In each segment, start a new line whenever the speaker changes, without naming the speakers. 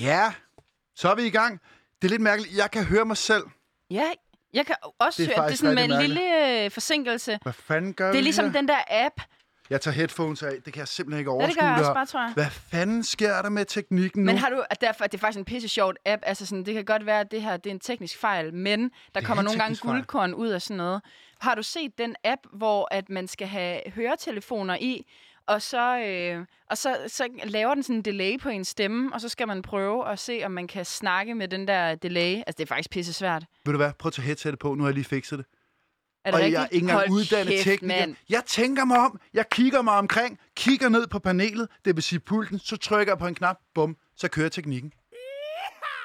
Ja, så er vi i gang. Det er lidt mærkeligt. Jeg kan høre mig selv.
Ja, jeg kan også
Det er
høre, at det er
faktisk
sådan med en
rigtig
lille øh, forsinkelse.
Hvad fanden gør
Det
vi
er ligesom
her?
den der app.
Jeg tager headphones af. Det kan jeg simpelthen ikke
Ja,
overskue.
det gør jeg også
her.
bare, tror jeg.
Hvad fanden sker der med teknikken nu?
Men har du, at derfor, at det er faktisk en pisse sjovt app, altså sådan, det kan godt være, at det her det er en teknisk fejl, men der
er
kommer
en
nogle gange
teknisk fejl.
guldkorn ud af sådan noget. Har du set den app, hvor at man skal have høretelefoner i, og så, øh, og så, så laver den sådan en delay på en stemme, og så skal man prøve at se, om man kan snakke med den der delay. Altså, det er faktisk pisse svært.
Ved du hvad? Prøv at tage headsetet på. Nu har jeg lige fikset det.
Er det
og
rigtigt?
jeg er ikke engang
Hold
uddannet
kæft,
tekniker.
mand.
Jeg tænker mig om, jeg kigger mig omkring, kigger ned på panelet, det vil sige pulten, så trykker jeg på en knap, bum, så kører teknikken.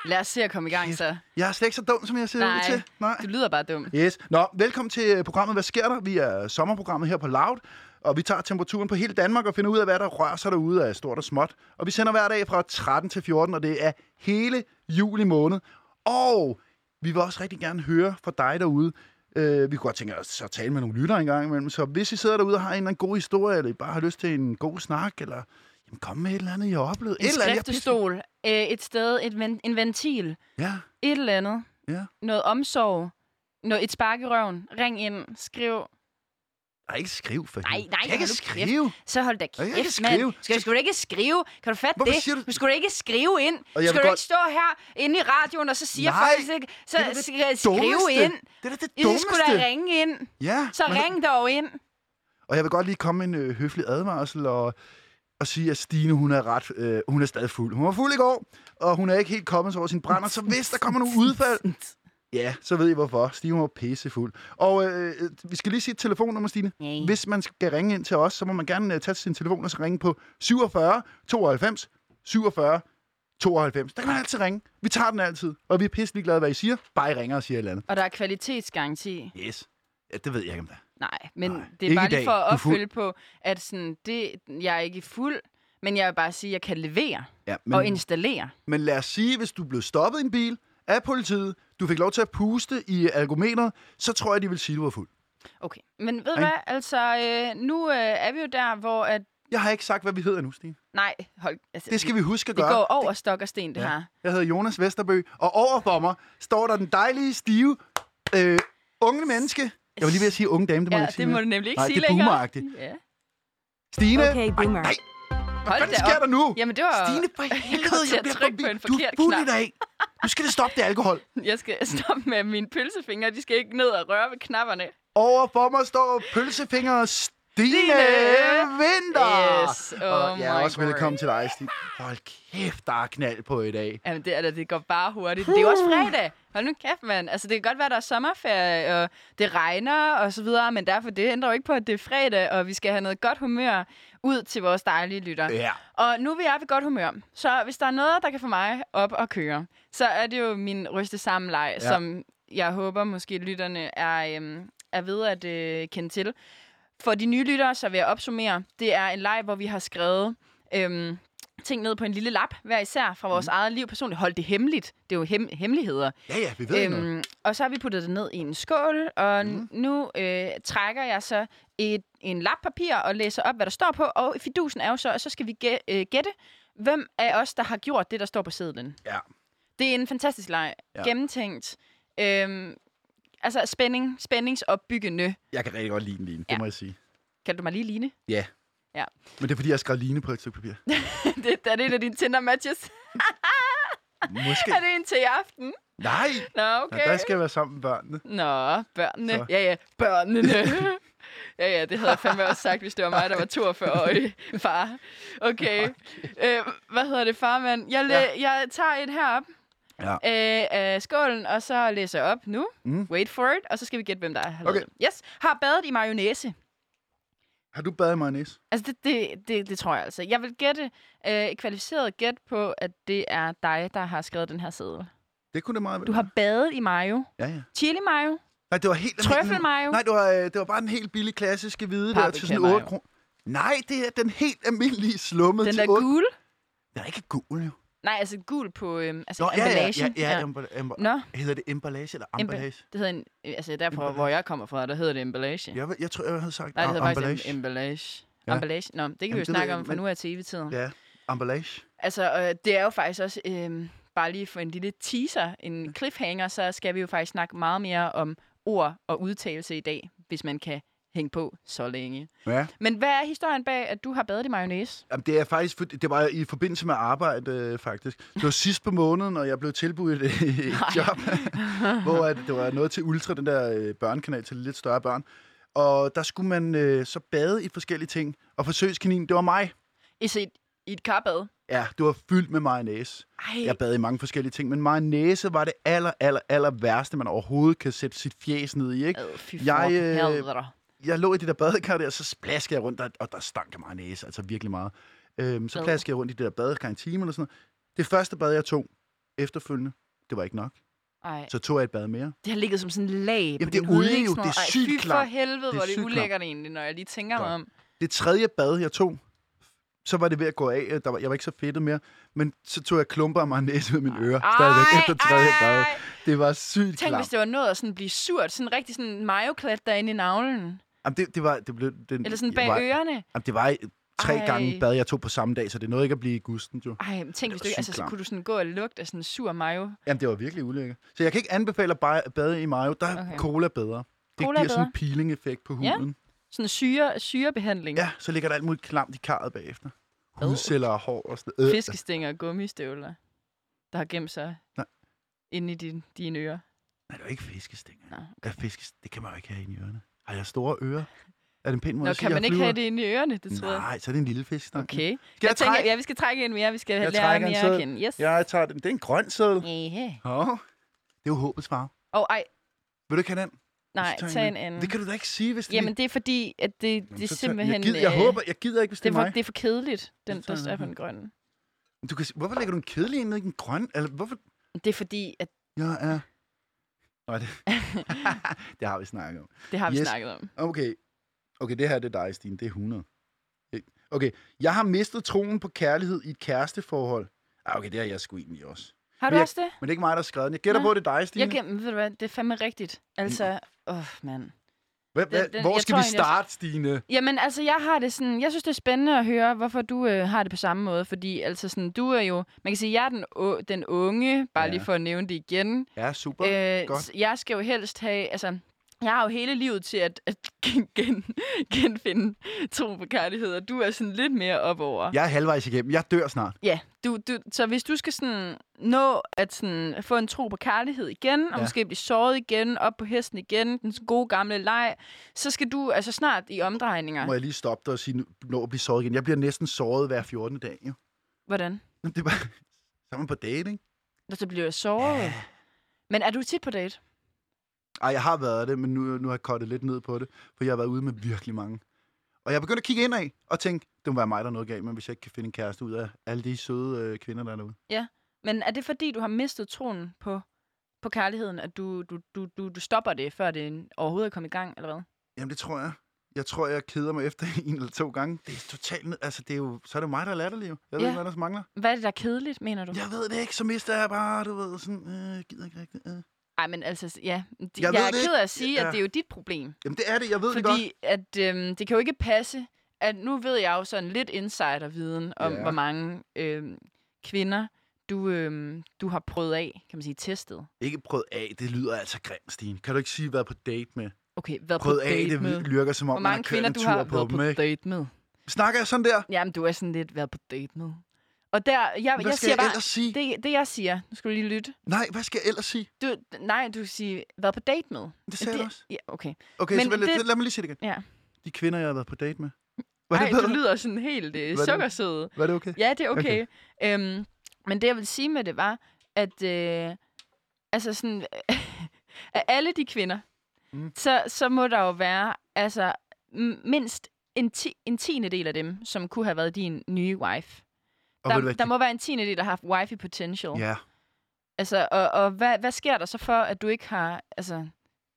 Lad os se at komme i gang, så.
Jeg er slet ikke så dum, som jeg ser ud
Nej,
til. Nej.
du lyder bare dum.
Yes. Nå, velkommen til øh, programmet Hvad sker der? Vi er sommerprogrammet her på Loud, og vi tager temperaturen på hele Danmark og finder ud af, hvad der rører sig derude af stort og småt. Og vi sender hver dag fra 13 til 14, og det er hele juli måned. Og vi vil også rigtig gerne høre fra dig derude. Øh, vi kunne godt tænke os at tale med nogle lyttere en gang imellem, så hvis I sidder derude og har en eller anden god historie, eller I bare har lyst til en god snak, eller jamen, kom med et eller andet, I har oplevet.
En
et eller andet, I har
skriftestol, øh, et sted, et ven, en ventil,
pis- Ja,
et eller andet.
ja.
noget omsorg, noget, et spark i røven, ring ind, skriv.
Ej, ikke skriv, for
Nej,
helvede.
nej,
Jeg kan
hold nu kæft.
skrive.
Så hold da
kan
kæft,
ikke skrive.
mand. Skal, skal du ikke skrive? Kan du fatte
Hvorfor
det?
siger du-
Du skal da ikke skrive ind.
jeg
Og skal
vil godt-
du ikke stå her inde i radioen, og så siger
Nej,
folk, ikke, så
det er da det
skal jeg skrive
dummeste.
ind.
Det er da det
I
dummeste.
skulle da ringe ind.
Ja,
Så
men-
ring dog ind.
Og jeg vil godt lige komme med en øh, høflig advarsel og, og sige, at Stine, hun er, ret, øh, hun er stadig fuld. Hun var fuld i går, og hun er ikke helt kommet sig over sin brænder, så hvis der kommer nogle udfald, ja, så ved I hvorfor. Stine hun var pissefuld. Og øh, øh, vi skal lige sige et telefonnummer, Stine.
Nej.
Hvis man skal ringe ind til os, så må man gerne øh, tage sin telefon og så ringe på 47 92 47 92. Der kan man altid ringe. Vi tager den altid, og vi er pisselig glade, hvad I siger. Bare I ringer og siger et eller andet.
Og der er kvalitetsgaranti.
Yes. Ja, det ved jeg ikke, om det er.
Nej, men
Nej,
Nej, det
ikke
er
i
bare lige
dag.
for at
Du er fuld.
opfylde på, at sådan, det, jeg er ikke fuld, men jeg vil bare sige, at jeg kan levere
Ja,
men... og installere.
Men lad os sige, hvis du blev stoppet i en bil af politiet, du fik lov til at puste i algometeret, så tror jeg, de vil sige, du var fuld.
Okay, men ved du
Ikke?
hvad? Altså, øh, nu øh, er vi jo der, hvor at...
Jeg har ikke sagt, hvad vi hedder nu, Stine.
Nej, hold... Altså,
Det skal vi huske at
Det
gøre.
går over stok og sten, det
Ja.
ja. her.
Jeg hedder Jonas Vesterbø, og over for mig står der den dejlige, stive, øh, unge menneske. Jeg var lige ved at sige unge dame, det må
Ja,
jeg ikke sige.
det må
mere.
du nemlig ikke
Nej,
sige
det er
længere.
boomeragtigt.
Ja.
Stine,
Okay, boomer.
Ej,
Hold
hvad
da
sker
op.
der nu?
Jamen, det var...
Stine, for helvede,
til
jeg
at
bliver
trykke på
forbi-
en
Du er
forkert
fuld i
knap.
dag. Nu skal det stoppe det alkohol.
Jeg skal stoppe med at mine pølsefingre. De skal ikke ned og røre ved knapperne.
Over for mig står pølsefinger Stine
Stine!
Vinter.
Yes, oh
og jeg er
my
også
word.
velkommen til dig, Stine. Hold kæft, der er knald på i dag.
Jamen, det, er, da- det går bare hurtigt. Det er jo også fredag. Hold nu kæft, mand. Altså, det kan godt være, der er sommerferie, og det regner og så videre, men derfor det ændrer jo ikke på, at det er fredag, og vi skal have noget godt humør ud til vores dejlige lytter.
Ja.
Og nu er vi oppe i godt humør. Så hvis der er noget, der kan få mig op og køre, så er det jo min ryste sammenleg, ja. som jeg håber måske lytterne er, øhm, er ved at øh, kende til. For de nye lyttere, så vil jeg opsummere, det er en leg, hvor vi har skrevet øhm, ting ned på en lille lap, hver især fra vores mm. eget liv personligt. Hold det hemmeligt. Det er jo hem- hemmeligheder.
Ja, ja, vi ved øhm, noget.
Øhm, og så har vi puttet det ned i en skål, og mm. nu øh, trækker jeg så et, en lap papir og læser op, hvad der står på. Og fidusen er jo så, og så skal vi gæ- øh, gætte, hvem af os, der har gjort det, der står på sedlen.
Ja.
Det er en fantastisk leg.
Ja.
Ja. Gennemtænkt. Øhm, altså spænding, spændingsopbyggende.
Jeg kan rigtig godt lide den, Line. Det
Ja.
må jeg sige.
Kan du mig lige ligne?
Ja.
Ja.
Men det er, fordi jeg skrev Line på et stykke papir.
det, er det en af dine Tinder-matches?
Måske.
er det en til i aften?
Nej.
Nå,
Nå,
okay.
der skal jeg være sammen med børnene.
Nå, børnene.
Så.
Så. Ja, ja, børnene. ja, ja, det havde jeg fandme også sagt, hvis det var mig, der var 42-årig far. Okay. Øh, hvad hedder det, farmand? Jeg, læ- ja. jeg tager et herop
Ja.
øh, af skålen, og så læser jeg op nu.
Mm.
Mm. Wait for it, og så skal vi gætte, hvem der har lavet
Okay.
det. Yes. Har badet i mayonnaise.
Har du badet i mayonnaise?
Altså, det, det, det, det tror jeg altså. Jeg vil gætte øh, et kvalificeret gæt på, at det er dig, der har skrevet den her seddel.
Det kunne det meget vel
Du har badet i mayo.
være. Ja, ja.
Chili mayo.
Nej, det var helt...
Trøffelmayo.
Nej, det var, øh, det var bare den helt billige klassiske hvide der til sådan
Paprikamayo.
8 kroner. Nej, det er den helt almindelige slummede
Den
til
der
8
gule.
Den er ikke gul, jo.
Nej, altså gul på øhm, altså
Nå, ja, ja, ja,
emballagen.
ja, ja. Emball- emball-
Nå,
Hedder det emballage eller
emba-
emballage?
det hedder en, øh, altså derfra, hvor jeg kommer fra, der hedder det emballage.
Jeg, jeg tror, jeg havde sagt
Nej, det hedder
Ah, emballage.
faktisk em- emballage.
Ja.
Emballage. Nå,
Jamen,
det kan vi
det
jo
ved
snakke
jeg,
om fra
men-
nu af til evig tid.
Ja, Emballage.
Altså, øh, det er jo faktisk også, øh, bare lige for en lille teaser, en cliffhanger, så skal vi jo faktisk snakke meget mere om ord og udtalelse i dag, hvis man kan hænge på så længe.
Ja.
Men hvad er historien bag, at du har badet i mayonnaise?
Jamen, det er faktisk, for- det var i forbindelse med arbejde, øh, faktisk. Det var sidst på måneden, og jeg blev tilbudt et, et job, hvor at det var noget til Ultra, den der øh, børnekanal til lidt større børn. Og der skulle man øh, så bade i forskellige ting, og forsøgskaninen, det var mig.
I, et, i et karbad?
Ja, det var fyldt med mayonnaise.
Ej,
Jeg bad i mange forskellige ting, men mayonnaise var det aller, aller, aller værste, man overhovedet kan sætte sit fjes ned i, ikke?
ad, fy
Jeg,
for
øh,
helvede.
Jeg lå i det der badekar der, og så splaskede jeg rundt, og, og der stank af mayonnaise, altså virkelig meget. Øhm, så
Ad.
plaskede jeg rundt i det der badekar en time eller sådan noget. Det første bad, jeg tog efterfølgende, det var ikke nok.
Ej,
Så tog jeg et bad mere.
det har ligget som sådan en lag på
Jamen, det er
din
olie
hud, ikke?
jo,
Sådan
det er
noget.
sygt
Ej, fy for
klamt.
helvede,
Det er
hvor er det
sygt klamt.
ulækkert egentlig, når jeg lige tænker mig
Godt.
om.
Det tredje bad, jeg tog, så var det ved at gå af. øh, Der var, jeg var ikke så fedtet mere. Men så tog jeg klumper af mayonnaise ud af mine ører. Stadigvæk efter tredje bad. Det var sygt
Tænk,
klamt.
hvis det var noget at sådan blive surt. Sådan rigtig sådan majoklat derinde i navlen.
Jamen, det, det var... Det blev, den,
Eller sådan
jeg
bag
var,
ørerne.
Jamen, det var øh, tre
Ej.
gange bad, jeg tog på samme dag, så det nåede ikke at blive i gusten, jo.
Ej, men tænk, hvis
var
du ikke...
sygt
Altså, så
klamt.
kunne du sådan gå og lugte af sådan sur mayo.
Jamen, det var virkelig ulækkert. Så jeg kan ikke anbefale at ba- bade i mayo. Der er
Okay.
okay. cola bedre. Det
Cola er
giver sådan
bedre.
en peeling-effekt på
Ja.
huden.
Sådan syre, syrebehandling.
Ja. ja, så ligger der alt muligt klamt i karret bagefter.
Ad.
Hudceller og hår og sådan noget. Øh.
Fiskestænger og gummistøvler, der har gemt sig
Nej.
inde i din, dine ører.
Nej, det er jo ikke fiskestænger.
Nå,
Ja, fiskes, det kan man jo ikke have inde i ørerne. Har jeg store ører? Er det en pæn måde
Nå
at sige,
kan
jeg
man ikke
flyver?
have det inde i ørerne, det tror jeg.
Nej, så er det en lille fisk. der-
Okay.
Skal
jeg
jeg
tænker,
trække?
ja, vi skal trække en mere. Vi skal
Jeg
lære
trækker en
mere at
sæd.
kende. Yes.
Jeg tager den. Det er en grøn sædel.
Yeah.
Åh, oh, det er jo håbets farve.
Og ej,
Vil du ikke have den?
nej,
Så tager jeg
tag en anden.
Det kan du da ikke sige, hvis det
Jamen, det er fordi, at det,
Jamen,
det er
så tager- Jeg
simpelthen...
gider, jeg,
øh,
håber, jeg gider ikke, hvis
det er,
det
for,
er
det er for kedeligt, den,
Så tager
der
jeg
står
den
på
her.
den grønne.
mig. Du kan, s- hvorfor lægger du en kedelig ind i en grøn? Eller hvorfor?
Det er fordi, at
Jeg er... Nå, det... det har vi snakket om.
det har vi yes.
Yes.
snakket om.
Okay. Okay, det her det er dig, Stine. Det er 100. Ikke? Okay. Jeg har mistet troen på kærlighed i et kæresteforhold. Ah, okay, det har jeg sgu egentlig også.
Har
Men
du
jeg-
også det?
Men det er ikke mig, der har skrevet den. Jeg gætter
Nå.
på, at det er dig, Stine.
Jeg gennem, ved du hvad, det er fandme rigtigt. Altså, åh, oh, mand.
Hvad, hvad,
Den- den-
hvor
jeg
skal
tror
vi
egentlig også-
starte, Stine?
Jamen, altså, jeg har det sådan... Jeg synes, det er spændende at høre, hvorfor du øh, har det på samme måde. Fordi, altså, sådan, du er jo... Man kan sige, jeg er den, å, den unge, bare ja.
Ja.
lige for at nævne det igen.
Ja, super.
Øh,
Godt.
s- jeg skal jo helst have... Altså, jeg har jo hele livet til at, at gen, gen, genfinde tro på kærlighed, og du er sådan lidt mere opover.
Jeg er halvvejs igennem. Jeg dør snart.
Ja, du, du, så hvis du skal sådan nå at sådan få en tro på kærlighed igen, og ja.
Ja.
måske blive såret igen, op på hesten igen, den gode gamle leg, så skal du altså snart i omdrejninger.
Må jeg lige stoppe dig og sige, nu- nå at blive såret igen. Jeg bliver næsten såret hver 14. dag, jo.
Hvordan?
Jamen, Det er bare sammen på dating.
Nå, så bliver jeg såret. Ja. Men er du tit på date?
Ej, jeg har været det, men nu, nu har jeg kottet lidt ned på det, for jeg har været ude med virkelig mange. Og jeg er begyndt at kigge indad og tænke, det må være mig, der er noget galt, men hvis jeg ikke kan finde en kæreste ud af alle de søde øh, kvinder, der er derude.
Men er det fordi, du har mistet troen på, på kærligheden, at du, du, du, du, du stopper det, før det overhovedet er kommet i gang, eller hvad?
Jamen, det tror jeg. Jeg tror, jeg keder mig efter en eller to gange. Det er totalt... ned- Altså, det er jo, så er det jo mig, der er latterlig. jo. Jeg ved
Ja.
ja. ikke, hvad der mangler.
Hvad er det, der er kedeligt, mener du?
Jeg ved det ikke, så mister jeg bare, du ved, sådan... Øh, jeg gider ikke rigtigt. Øh.
Ej, men altså, ja. Jeg,
Jeg
jeg
ved
er
det
ked
ikke.
af at sige,
Ja.
at det er jo dit problem.
Jamen, det er det. Jeg ved det godt.
Fordi at, øhm, det kan jo ikke passe, at nu ved jeg jo sådan lidt insiderviden om, ja.
Ja.
hvor mange øhm, kvinder du, øhm, du har prøvet af, kan man sige, testet.
Ikke prøvet af, det lyder altså grimt, Stine. Kan du ikke sige, været på date med?
Okay, været
Prøvet
på
af,
date med.
det lyder som om,
Hvor
man har
mange
kørt
kvinder
en
du
tur
har
på
været
dem,
på
ikke?
date med.
Snakker jeg sådan der?
Jamen, du er sådan lidt været på date med. Og der, jeg,
Hvad
jeg
skal
siger
jeg
bare,
ellers sige?
det, det jeg siger, nu skal du lige lytte.
Nej, hvad skal jeg ellers sige?
Du, nej, du kan sige, været på date med.
Det sagde jeg
det,
da også.
Ja, okay.
Okay,
Men
så lad,
det-
lad mig lige sige det igen.
Ja.
De kvinder, jeg har været på date med. Var
Ej,
det bedre?
du lyder sådan helt øh,
Var det-
sukkersød.
Var det okay?
Ja, det er okay. okay. Øhm, men det, jeg vil sige med det, var, at øh, altså sådan, af alle de kvinder, mm.
Mm.
så, så må der jo være altså, m- mindst en, ti, en tiende del af dem, som kunne have været din nye wife.
Og ved du
der,
hvad,
der må være en tiende del, der har haft wifey potential.
Ja.
Altså, og og hvad, hvad sker der så for, at du ikke har altså,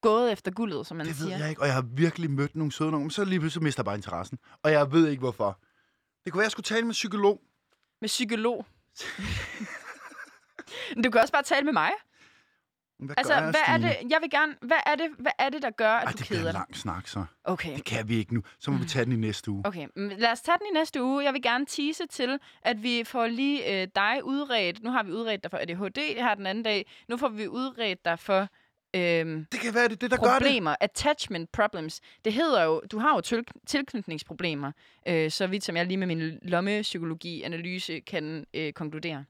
gået efter guldet, som man
Det ved
siger?
jeg ikke, og jeg har virkelig mødt nogle søde nogen, men så lige pludselig mister jeg bare interessen. Og jeg ved ikke, hvorfor. Det kunne være, jeg skulle tale med en psykolog.
Med psykolog. Men du kan også bare tale med mig.
Hvad
Altså,
gør jeg,
hvad er
Stine?
det, jeg vil gerne, hvad er det, hvad er det der gør, at
Ej,
du
det bliver
keder
en
dig?
lang snak, så.
Okay.
Det kan vi ikke nu. Så må vi tage den i næste uge.
Okay, mm, lad os tage den i næste uge. Jeg vil gerne tease til, at vi får lige øh, dig udredt. Nu har vi udredt dig for ADHD her den anden dag. Nu får vi udredt dig for øh,
Det kan være, det er det, der gør det.
problemer, attachment problems. Det hedder jo, du har jo til, tilknytningsproblemer, øh, så vidt som jeg lige med min lommepsykologi-analyse kan øh, konkludere.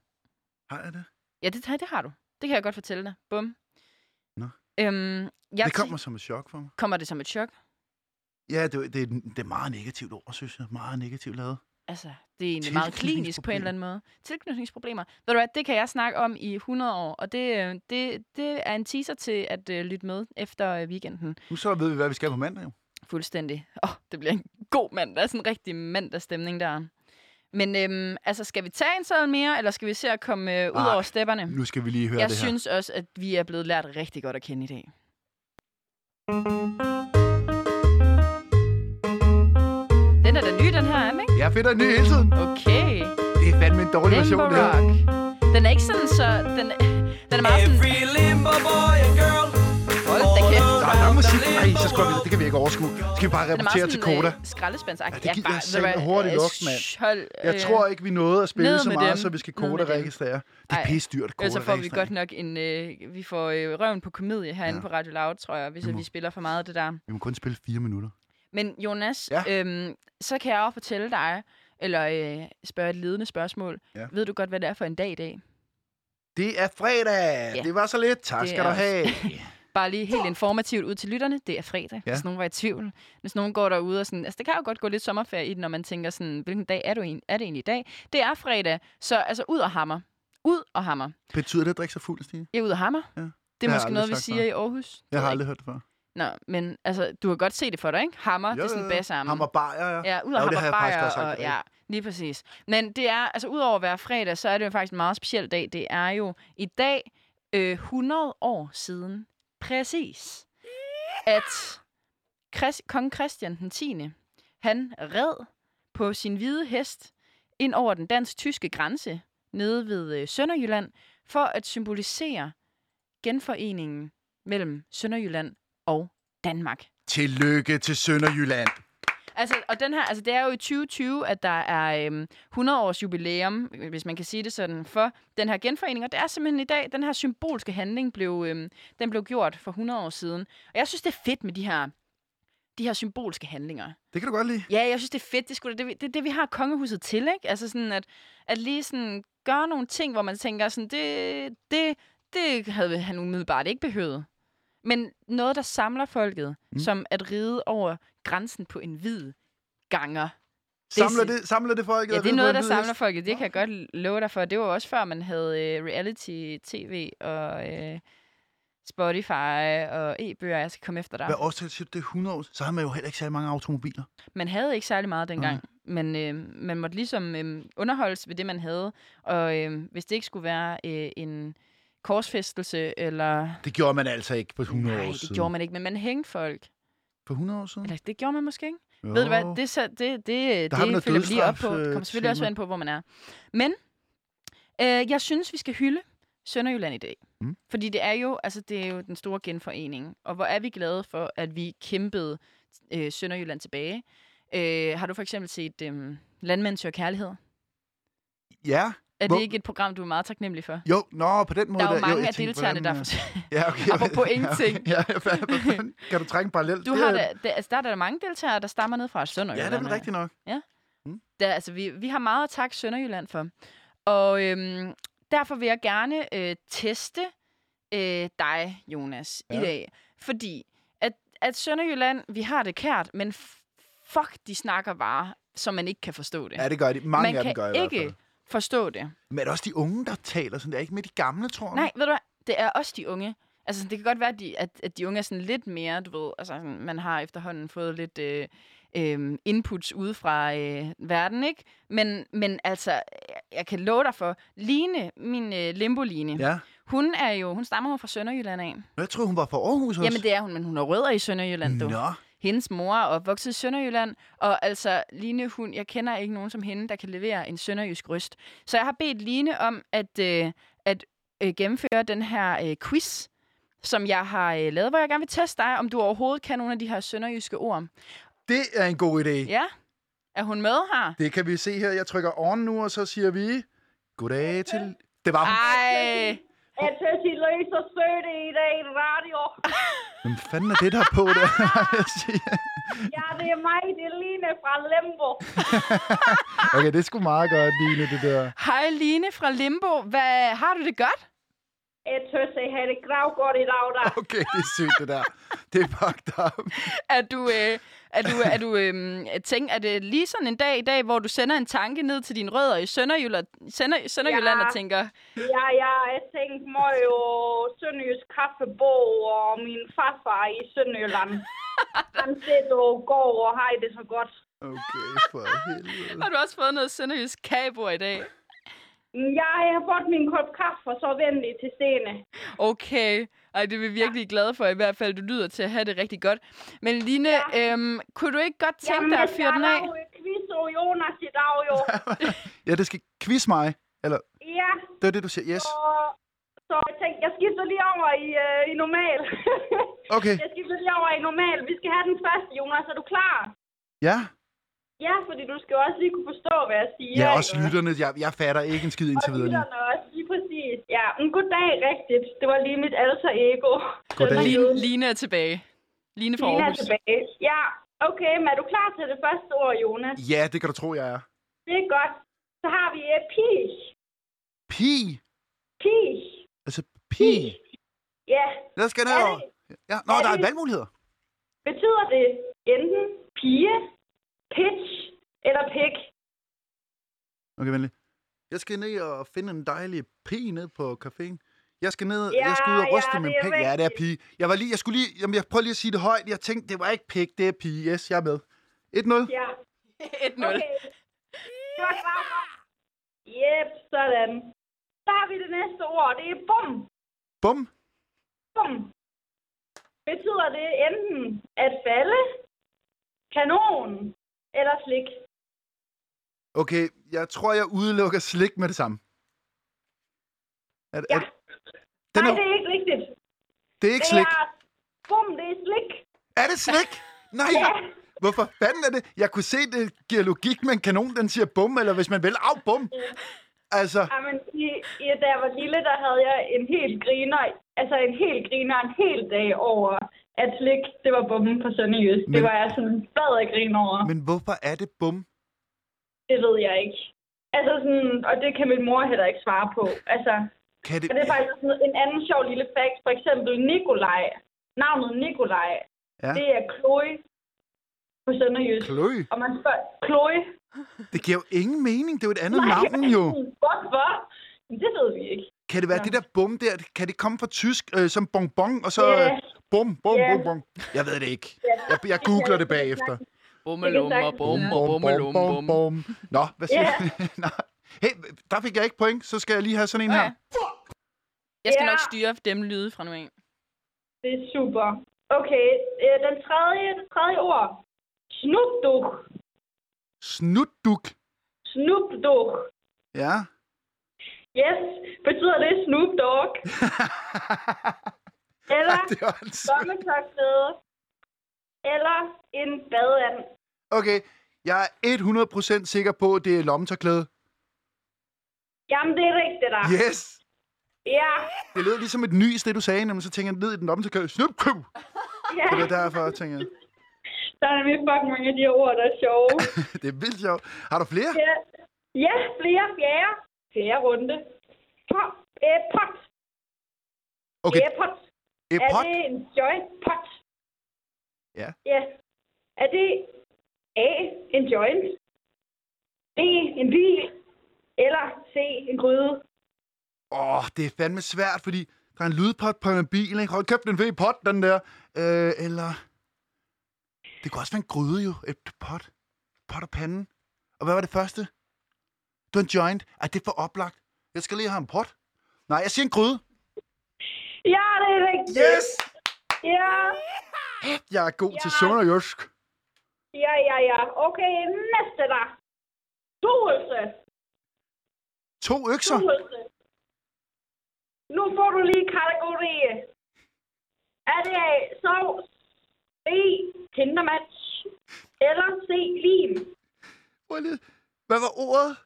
Har jeg det?
Ja, det, det har du. Det kan jeg godt fortælle dig. Bum.
Nå.
Øhm, jeg
Det kommer som et chok for mig.
kommer det som et chok?
Ja, det, det, er, det er meget negativt ord, synes jeg. Meget negativt lavet.
Altså, det er egentlig meget klinisk på en eller anden måde. Tilknytningsproblemer. Ved du hvad, det kan jeg snakke om i 100 år, og det, øh, det, det er en teaser til at øh, lytte med efter øh, weekenden.
Nu så ved vi, hvad vi skal på mandag, jo.
Fuldstændig. Åh, oh, det bliver en god mand. Der er sådan en rigtig mandagsstemning der. Men øhm, altså, skal vi tage en sådan mere, eller skal vi se at komme øh, ud
Nej,
over stepperne?
Nu skal vi lige høre
Jeg
det her.
synes også, at vi er blevet lært rigtig godt at kende i dag. Den er da ny, den her, er den ikke?
Jeg finder en ny hele tiden.
Okay.
Det er fandme en dårlig version,
Limbo
det her.
Rock. Den er ikke sådan så... Den, den er meget sådan...
Every limbo boy and girl.
Hold da kæft.
Der er nok musik. Ej, så skal vi, det kan vi ikke overskue. Skal vi bare
Den er meget
rapportere til Koda?
øh, skraldespandsagtig.
Ja, det gider jeg
ved du
selv
hvad,
hurtigt
øh,
lukke, mand.
shh, Hold,
Jeg
øh,
tror ikke, vi nåede at spille
ned
så
med
meget,
dem.
så vi skal
Ned med
Koda
dem.
registrere. Det er
Ej,
pisse dyrt, Koda
Ellers så får vi godt nok en... Øh, vi får øh, røven på komedie herinde
Ja.
ja. på Radio Loud, tror jeg, hvis
Vi
vi,
må-
vi spiller for meget af det der.
Vi må kun spille fire minutter.
Men Jonas,
Ja.
ja. øhm, så kan jeg også fortælle dig, eller øh, spørge et ledende spørgsmål.
Ja.
Ja. Ved du godt, hvad det er for en dag i dag?
Det er fredag!
Ja.
Det var så lidt. Tak
Det
skal
er
du
også-
have.
Bare lige helt informativt ud til lytterne. Det er fredag,
Ja.
ja. hvis nogen var i tvivl. Hvis nogen går derude og sådan... Altså, det kan jo godt gå lidt sommerferie i det, når man tænker sådan, hvilken dag er, du en, er det egentlig i dag? Det er fredag, så altså ud og hammer. Ud og hammer.
Betyder det at drikke sig fuld, Stine?
Jeg er ud og hammer.
Ja.
Det
har jeg
er måske noget, vi
aldrig sagt
siger i Aarhus.
Jeg
Ved
har
ikke.
aldrig hørt det før.
Nå, men altså, du har godt set det for dig, ikke? Hammer, det er sådan basarmen.
Hammer bajer, ja.
Ja, ud
Jo,
og
det har
hammer
jeg faktisk
bajer,
også sagt
og
i dag.
ja, lige præcis. Men det er, altså udover at være fredag, så er det jo faktisk en meget speciel dag. Det er jo i dag øh, 100 år siden, præcis, at Christ, kong Christian den 10. han red på sin hvide hest ind over den dansk-tyske grænse nede ved øh, Sønderjylland for at symbolisere genforeningen mellem Sønderjylland og Danmark.
Tillykke til Sønderjylland.
Altså, og den her, altså, det er jo i 2020, at der er øhm, 100 års jubilæum, øh, hvis man kan sige det sådan, for den her genforening. Og det er simpelthen i dag, den her symbolske handling blev, øhm, den blev gjort for 100 år siden. Og jeg synes, det er fedt med de her de her symbolske handlinger.
Det kan du godt lide.
Ja, jeg synes, det er fedt. Det er sgu da det, vi- det, er det vi har kongehuset til, ikke? Altså sådan, at, at lige sådan gøre nogle ting, hvor man tænker sådan, det, det, det havde han umiddelbart ikke behøvet. Men noget, der samler folket,
Mm.
mm. som at ride over grænsen på en hvid ganger.
Samler det, samler det folket?
Ja,
at
det er
ride på
noget,
en
der
hvid
samler
hest?
folket.
Nå.
Det kan jeg godt love dig for. Det var også før, man havde øh, reality-tv og øh, Spotify og e-bøger. Jeg skal komme efter dig.
Hvad årstal siger du, det er 100 år? Så har man jo heller ikke særlig mange automobiler.
Man havde ikke særlig meget dengang, men øh, man måtte ligesom øh, underholdes ved det, man havde. Og øh, hvis det ikke skulle være øh, en korsfæstelse, eller...
Det gjorde man altså ikke for 100
Nej,
år
det
siden.
gjorde Altså, man ikke, men man hængte folk.
For 100 år siden?
Eller det gjorde man måske ikke. Ved du hvad, det, så, det, det, det
har vi noget
følger vi lige op på.
dødsstraf, øh,
Det kommer selvfølgelig også
tema.
an på, hvor man er. Men øh, jeg synes, vi skal hylde Sønderjylland i dag.
Mm.
Mm. Fordi det er, jo, altså, det er jo den store genforening. Og hvor er vi glade for, at vi kæmpede øh, Sønderjylland tilbage. Øh, har du for eksempel set øh, Landmænd søger kærlighed?
Ja,
Er
Hvor-
det ikke et program, du er meget taknemmelig for?
jo, nå, på den måde.
Der er jo
der.
mange
jeg
af
tænkte,
deltagerne, der
hvordan,
er
øh,
fra
Ja, okay.
Apropos
Ja,
ingenting.
Ja, ja, hvordan- kan du trække en parallel?
Du
Det
har
er-
da, der, altså, der er der mange deltagere, der stammer ned fra
Ja,
Sønderjylland.
det er vel rigtigt nok.
Der, altså, vi, vi har meget at takke Sønderjylland for. Og øhm, derfor vil jeg gerne øh, teste øh, dig, Jonas, ja.
Ja.
i dag. Fordi at, at Sønderjylland, vi har det kært, men f- fuck, de snakker bare, så man ikke kan forstå det.
Ja, det gør de. Mange
man
af
kan
dem gør i hvert
ikke
fald.
forstå det.
Men er det også de unge, der taler sådan? Det er ikke med de gamle, tror jeg.
Nej, ved du hvad? Det er også de unge. Altså, sådan, det kan godt være, at de, at, at de unge er sådan lidt mere, du ved, altså, sådan, man har efterhånden fået lidt øh, øh, inputs ude fra øh, verden, ikke? Men, men altså, jeg, jeg kan love dig for, Line, min øh, limboline, ja.
Ja.
hun er jo, hun stammer jo fra Sønderjylland af.
Nå, Jeg tror, hun var fra Aarhus også.
Jamen, det er hun, men hun har rødder i Sønderjylland, du.
Nå,
Hendes mor er opvokset i Sønderjylland, og altså Line, hun, jeg kender ikke nogen som hende, der kan levere en sønderjysk røst. Så jeg har bedt Line om at, øh, at øh, gennemføre den her øh, quiz, som jeg har øh, lavet, hvor jeg gerne vil teste dig, om du overhovedet kan nogle af de her sønderjyske ord.
Det er en god idé.
Ja. Er hun med her?
Det kan vi se her. Jeg trykker on nu, og så siger vi... Goddag til... Det var
Ah.
hun.
Ej.
Altså, de løser søde i dag i radio.
Hvem fanden er det der er på der? Jeg siger-
Ja, det er mig, det er Line fra Lembo.
okay, det er sgu meget godt, Line, det der.
Hej Line fra Limbo. Hvad, har du det godt?
Jeg tør sig have det grav godt i dag, der.
Okay, det er sygt, det der. Det er fucked up.
Er du, øh, er du, er du øh, tænk, er det lige sådan en dag i dag, hvor du sender en tanke ned til dine rødder i Sønderjylland, Sønder, Sønderjylland
Ja.
og tænker,
Ja, ja, jeg tænkte mig jo Sønderjysk Kaffebog og min farfar i Sønderjylland. Han sidder og går og har det så godt.
Okay, for helvede.
har du også fået noget sønderjysk kabo i dag?
Ja, jeg har fået min kop kaffe, og så venlig til Stene.
Okay. Ej, det er vi virkelig glade for i hvert fald. Du lyder til at have det rigtig godt. Men Line, ja. øhm, kunne du ikke godt tænke dig at fyre den af?
altså, Jeg har jo et quiz og Jonas i dag, jo.
Ja, det skal quiz mig. Eller,
Ja,
det er det, du siger. Yes.
så, så jeg tænkte, jeg skifter lige over i, øh, i normal.
Okay,
Jeg skifter lige over i normal. Vi skal have den første, Jonas. Er du klar?
ja.
Ja, fordi du skal jo også lige kunne forstå, hvad jeg siger.
Ja,
ikke?
også lytterne. Jeg, jeg fatter ikke en skid indtil
Og
videre lige.
lytterne også, lige præcis. Ja, en goddag rigtigt. Det var lige mit alter ego.
Goddag.
Så
Line, Line er tilbage. Line fra
Line er
Aarhus.
tilbage. Ja, okay, men er du klar til det første ord, Jonas?
Ja, det kan du tro, jeg er.
Det er godt. Så har vi uh, pige.
Pi.
Pige.
Altså, pi.
Ja,
Lad os skal ned
Er det-
over. Ja, nå,
er
der er
det-
valgmuligheder.
betyder det enten pige, pitch eller pik?
Okay, venlig. Jeg skal ned og finde en dejlig pi ned på caféen. Jeg skal ned,
Ja,
jeg skal ud og
ja,
ryste
det
min
er
pik. Ja, det er
rigtigt.
pige. Jeg var lige, jeg skulle lige, jamen, jeg prøver lige at sige det højt. Jeg tænkte, det var ikke pik, det er pige. Yes, jeg er med. 1-0.
Ja,
1-0.
okay. Det var klart. Yep, sådan. Så har vi det næste ord. Det er bum.
Bum.
Bum. Betyder det enten at falde, kanon eller slik?
Okay, jeg tror, jeg udelukker slik med det samme. Er,
Ja.
er, den
Nej,
er,
det er ikke rigtigt.
det er ikke
Det
slik.
er bum, det er slik.
Er det slik? Nej. Hvorfor fanden er det? Jeg kunne se, det giver logik med en kanon, den siger bum, eller hvis man vil, af bum. Altså,
Jamen, i, i, da jeg var lille, der havde jeg en helt griner, altså en helt griner en hel dag over, at slik, det var bomben på Sønderjysk. Det
Men-
var jeg sådan bad at grine over. Men...
men hvorfor er det bum?
Det ved jeg ikke. Altså sådan, og det kan min mor heller ikke svare på. Altså,
Kan det,
og det er faktisk sådan en anden sjov lille fact. For eksempel Nikolaj. Navnet Nikolaj,
Ja.
ja. det er Chloe på Sønderjysk.
Klø.
Og man spørger, Chloe?
Det giver jo ingen mening. Det er jo et andet
Nej,
navn, jo.
Hvorfor? Men Det ved vi ikke.
Kan det være det der bum der? Kan det komme fra tysk øh, som bonbon, og så
Ja.
øh, bum, bum,
Ja.
bum, bum? Jeg ved det ikke. Jeg, jeg googler det bagefter.
Bummelummer, bummer, bummelum, bum.
bum. Nå, hvad siger
Ja.
yeah. Nå. Hey, der fik jeg ikke point, så skal jeg lige have sådan en
Nå
her.
ja. Jeg skal
Ja.
nok styre dem lyde fra nu af.
Det er super. Okay, øh, den tredje, det tredje ord. Snupduk.
Snutduk.
Snupduk.
Ja.
Yes, betyder det Snoop Dogg? Eller
det var altså...
lommetørklæde. Eller en badeand.
Okay, jeg er 100% sikker på, at det er lommetørklæde.
Jamen, det er rigtigt, der.
Yes!
Ja,
Det lød ligesom et nys, det du sagde, men så tænker jeg ned i den lommetørklæde. Snup, køb!
ja.
Det var derfor, tænker jeg.
Der er nemlig fucking mange af de ord, der er sjove.
Det er vildt sjovt. Har du flere?
ja. ja, flere fjerde. Fjerde runde. Pop. Øh, pot.
Okay,
Ja, pot.
et
Er
pot.
det en joint-pot?
Ja.
Ja. Er det A, en joint, B, en bil, eller C, en gryde?
Åh, oh, det er fandme svært, fordi der er en lydpot på en bil, ikke? Hold kæft, den ved pot, den der. Øh, eller... Det kunne også være en gryde, jo. Et pot. Pot og panden. Og hvad var det første? Det var en joint. Ej, det er for oplagt. Jeg skal lige have en pot. Nej, jeg siger en gryde.
Ja, det er rigtigt.
Yes!
Ja,
Jeg er god ja. til
Ja.
sønderjysk.
ja, ja, ja. Okay, næste der. Doelse.
To økser.
Doelse. Nu får du lige kategori. Er det sovs, B, kindermatch, eller C, lim,
Prøv lige. Hvad var ordet?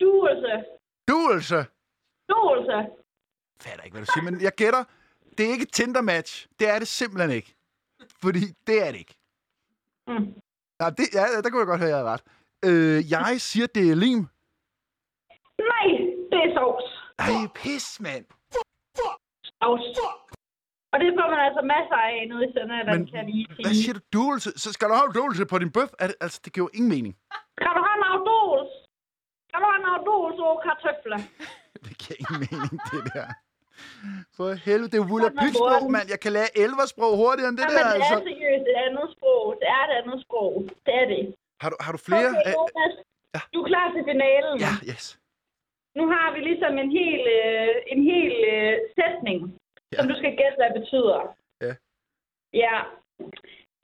duelse,
Duelse.
duelse?
altså. Fatter ikke, hvad du siger, men jeg gætter. Det er ikke et Tinder-match. Det er det simpelthen ikke. Fordi det er det ikke.
Mm.
Ja, det, ja der kunne jeg godt høre, at jeg havde ret. Øh, jeg siger, det er lim.
Nej, det er sovs.
Ej, pis, mand.
Sovs. Og det får man altså masser af nede i Sønderjylland,
Men
kan jeg lige
Hvad
sige.
siger du? Duelse? Så skal du have duelse på din bøf? Er det, altså, det giver jo ingen mening.
Kan du have noget duels? Kan du have noget duels og kartofler?
Det giver ingen mening, det der. For helvede, det er Wulla
Sådan var
Pytsprog,
morgenen.
mand. Jeg kan lære elversprog hurtigere end det
Jamen,
der,
det er
altså.
seriøst et andet sprog. Det er et andet sprog. Det er det.
Har du, har du flere?
Okay,
Øh,
Jonas.
ja.
Du er klar til finalen.
Ja, yes.
Nu har vi ligesom en hel, øh, en hel øh, sætning,
Ja.
ja. som du skal gætte, hvad betyder.
Ja.
Ja.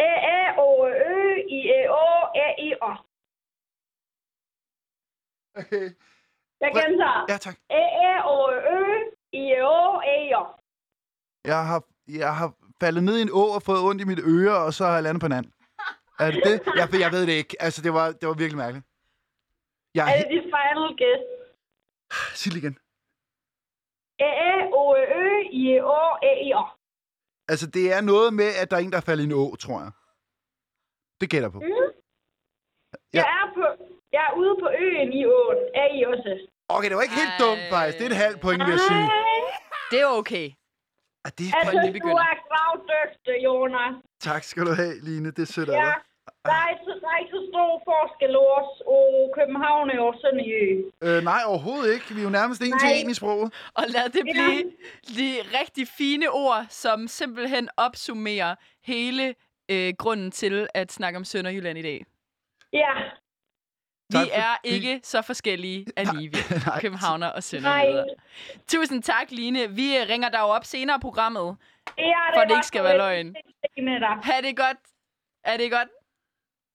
Æ, æ, o, ø, i, æ, å, æ, i, å.
Okay.
Jeg
Hvad-
gentager.
Ja, tak.
Æ, æ, o, ø, i, æ, å, æ, i, å.
Jeg har, jeg har faldet ned i en å og fået ondt i mit øre, og så har jeg landet på en anden. Er det det? Jeg, jeg ved det ikke. Altså, det var, det var virkelig mærkeligt. Jeg
Er
er
det dit final guess?
he- Sig det igen.
Æ, æ, o, ø, i, æ, å, æ, i, å.
Altså, det er noget med, at der er en, der er faldet i en å, tror jeg. Det gætter jeg på.
Mm. Jeg er på... Jeg er ude på øen i åen. Er I også?
Okay, det var ikke helt
Ej.
dumt, faktisk. Det er et halvt point, vil jeg sige.
Det er okay.
Ah, det er
Jeg
fandme...
synes, Altså, du
nybegynder.
er gravdygtig, Jonas.
Tak skal du have, Line. Det er sødt af
Ja.
dig.
Der er, ikke, så- der er ikke så stor forskel os og København og Sønderjø.
Øh, nej, overhovedet ikke. Vi er jo nærmest en til
Nej.
en i sproget.
Og lad det
Ja.
blive de rigtig fine ord, som simpelthen opsummerer hele øh, grunden til at snakke om Sønderjylland i dag.
Ja,
Tak
Vi
for-
er
vi-
ikke så forskellige alligevel,
nej.
københavner og sønderjyder. Tusind tak, Line. Vi øh, ringer dig jo op senere i programmet.
det er det.
For det
bare
ikke skal
så
være
lidt
løgn.
ting Med dig.
Ha' det godt. Er det godt?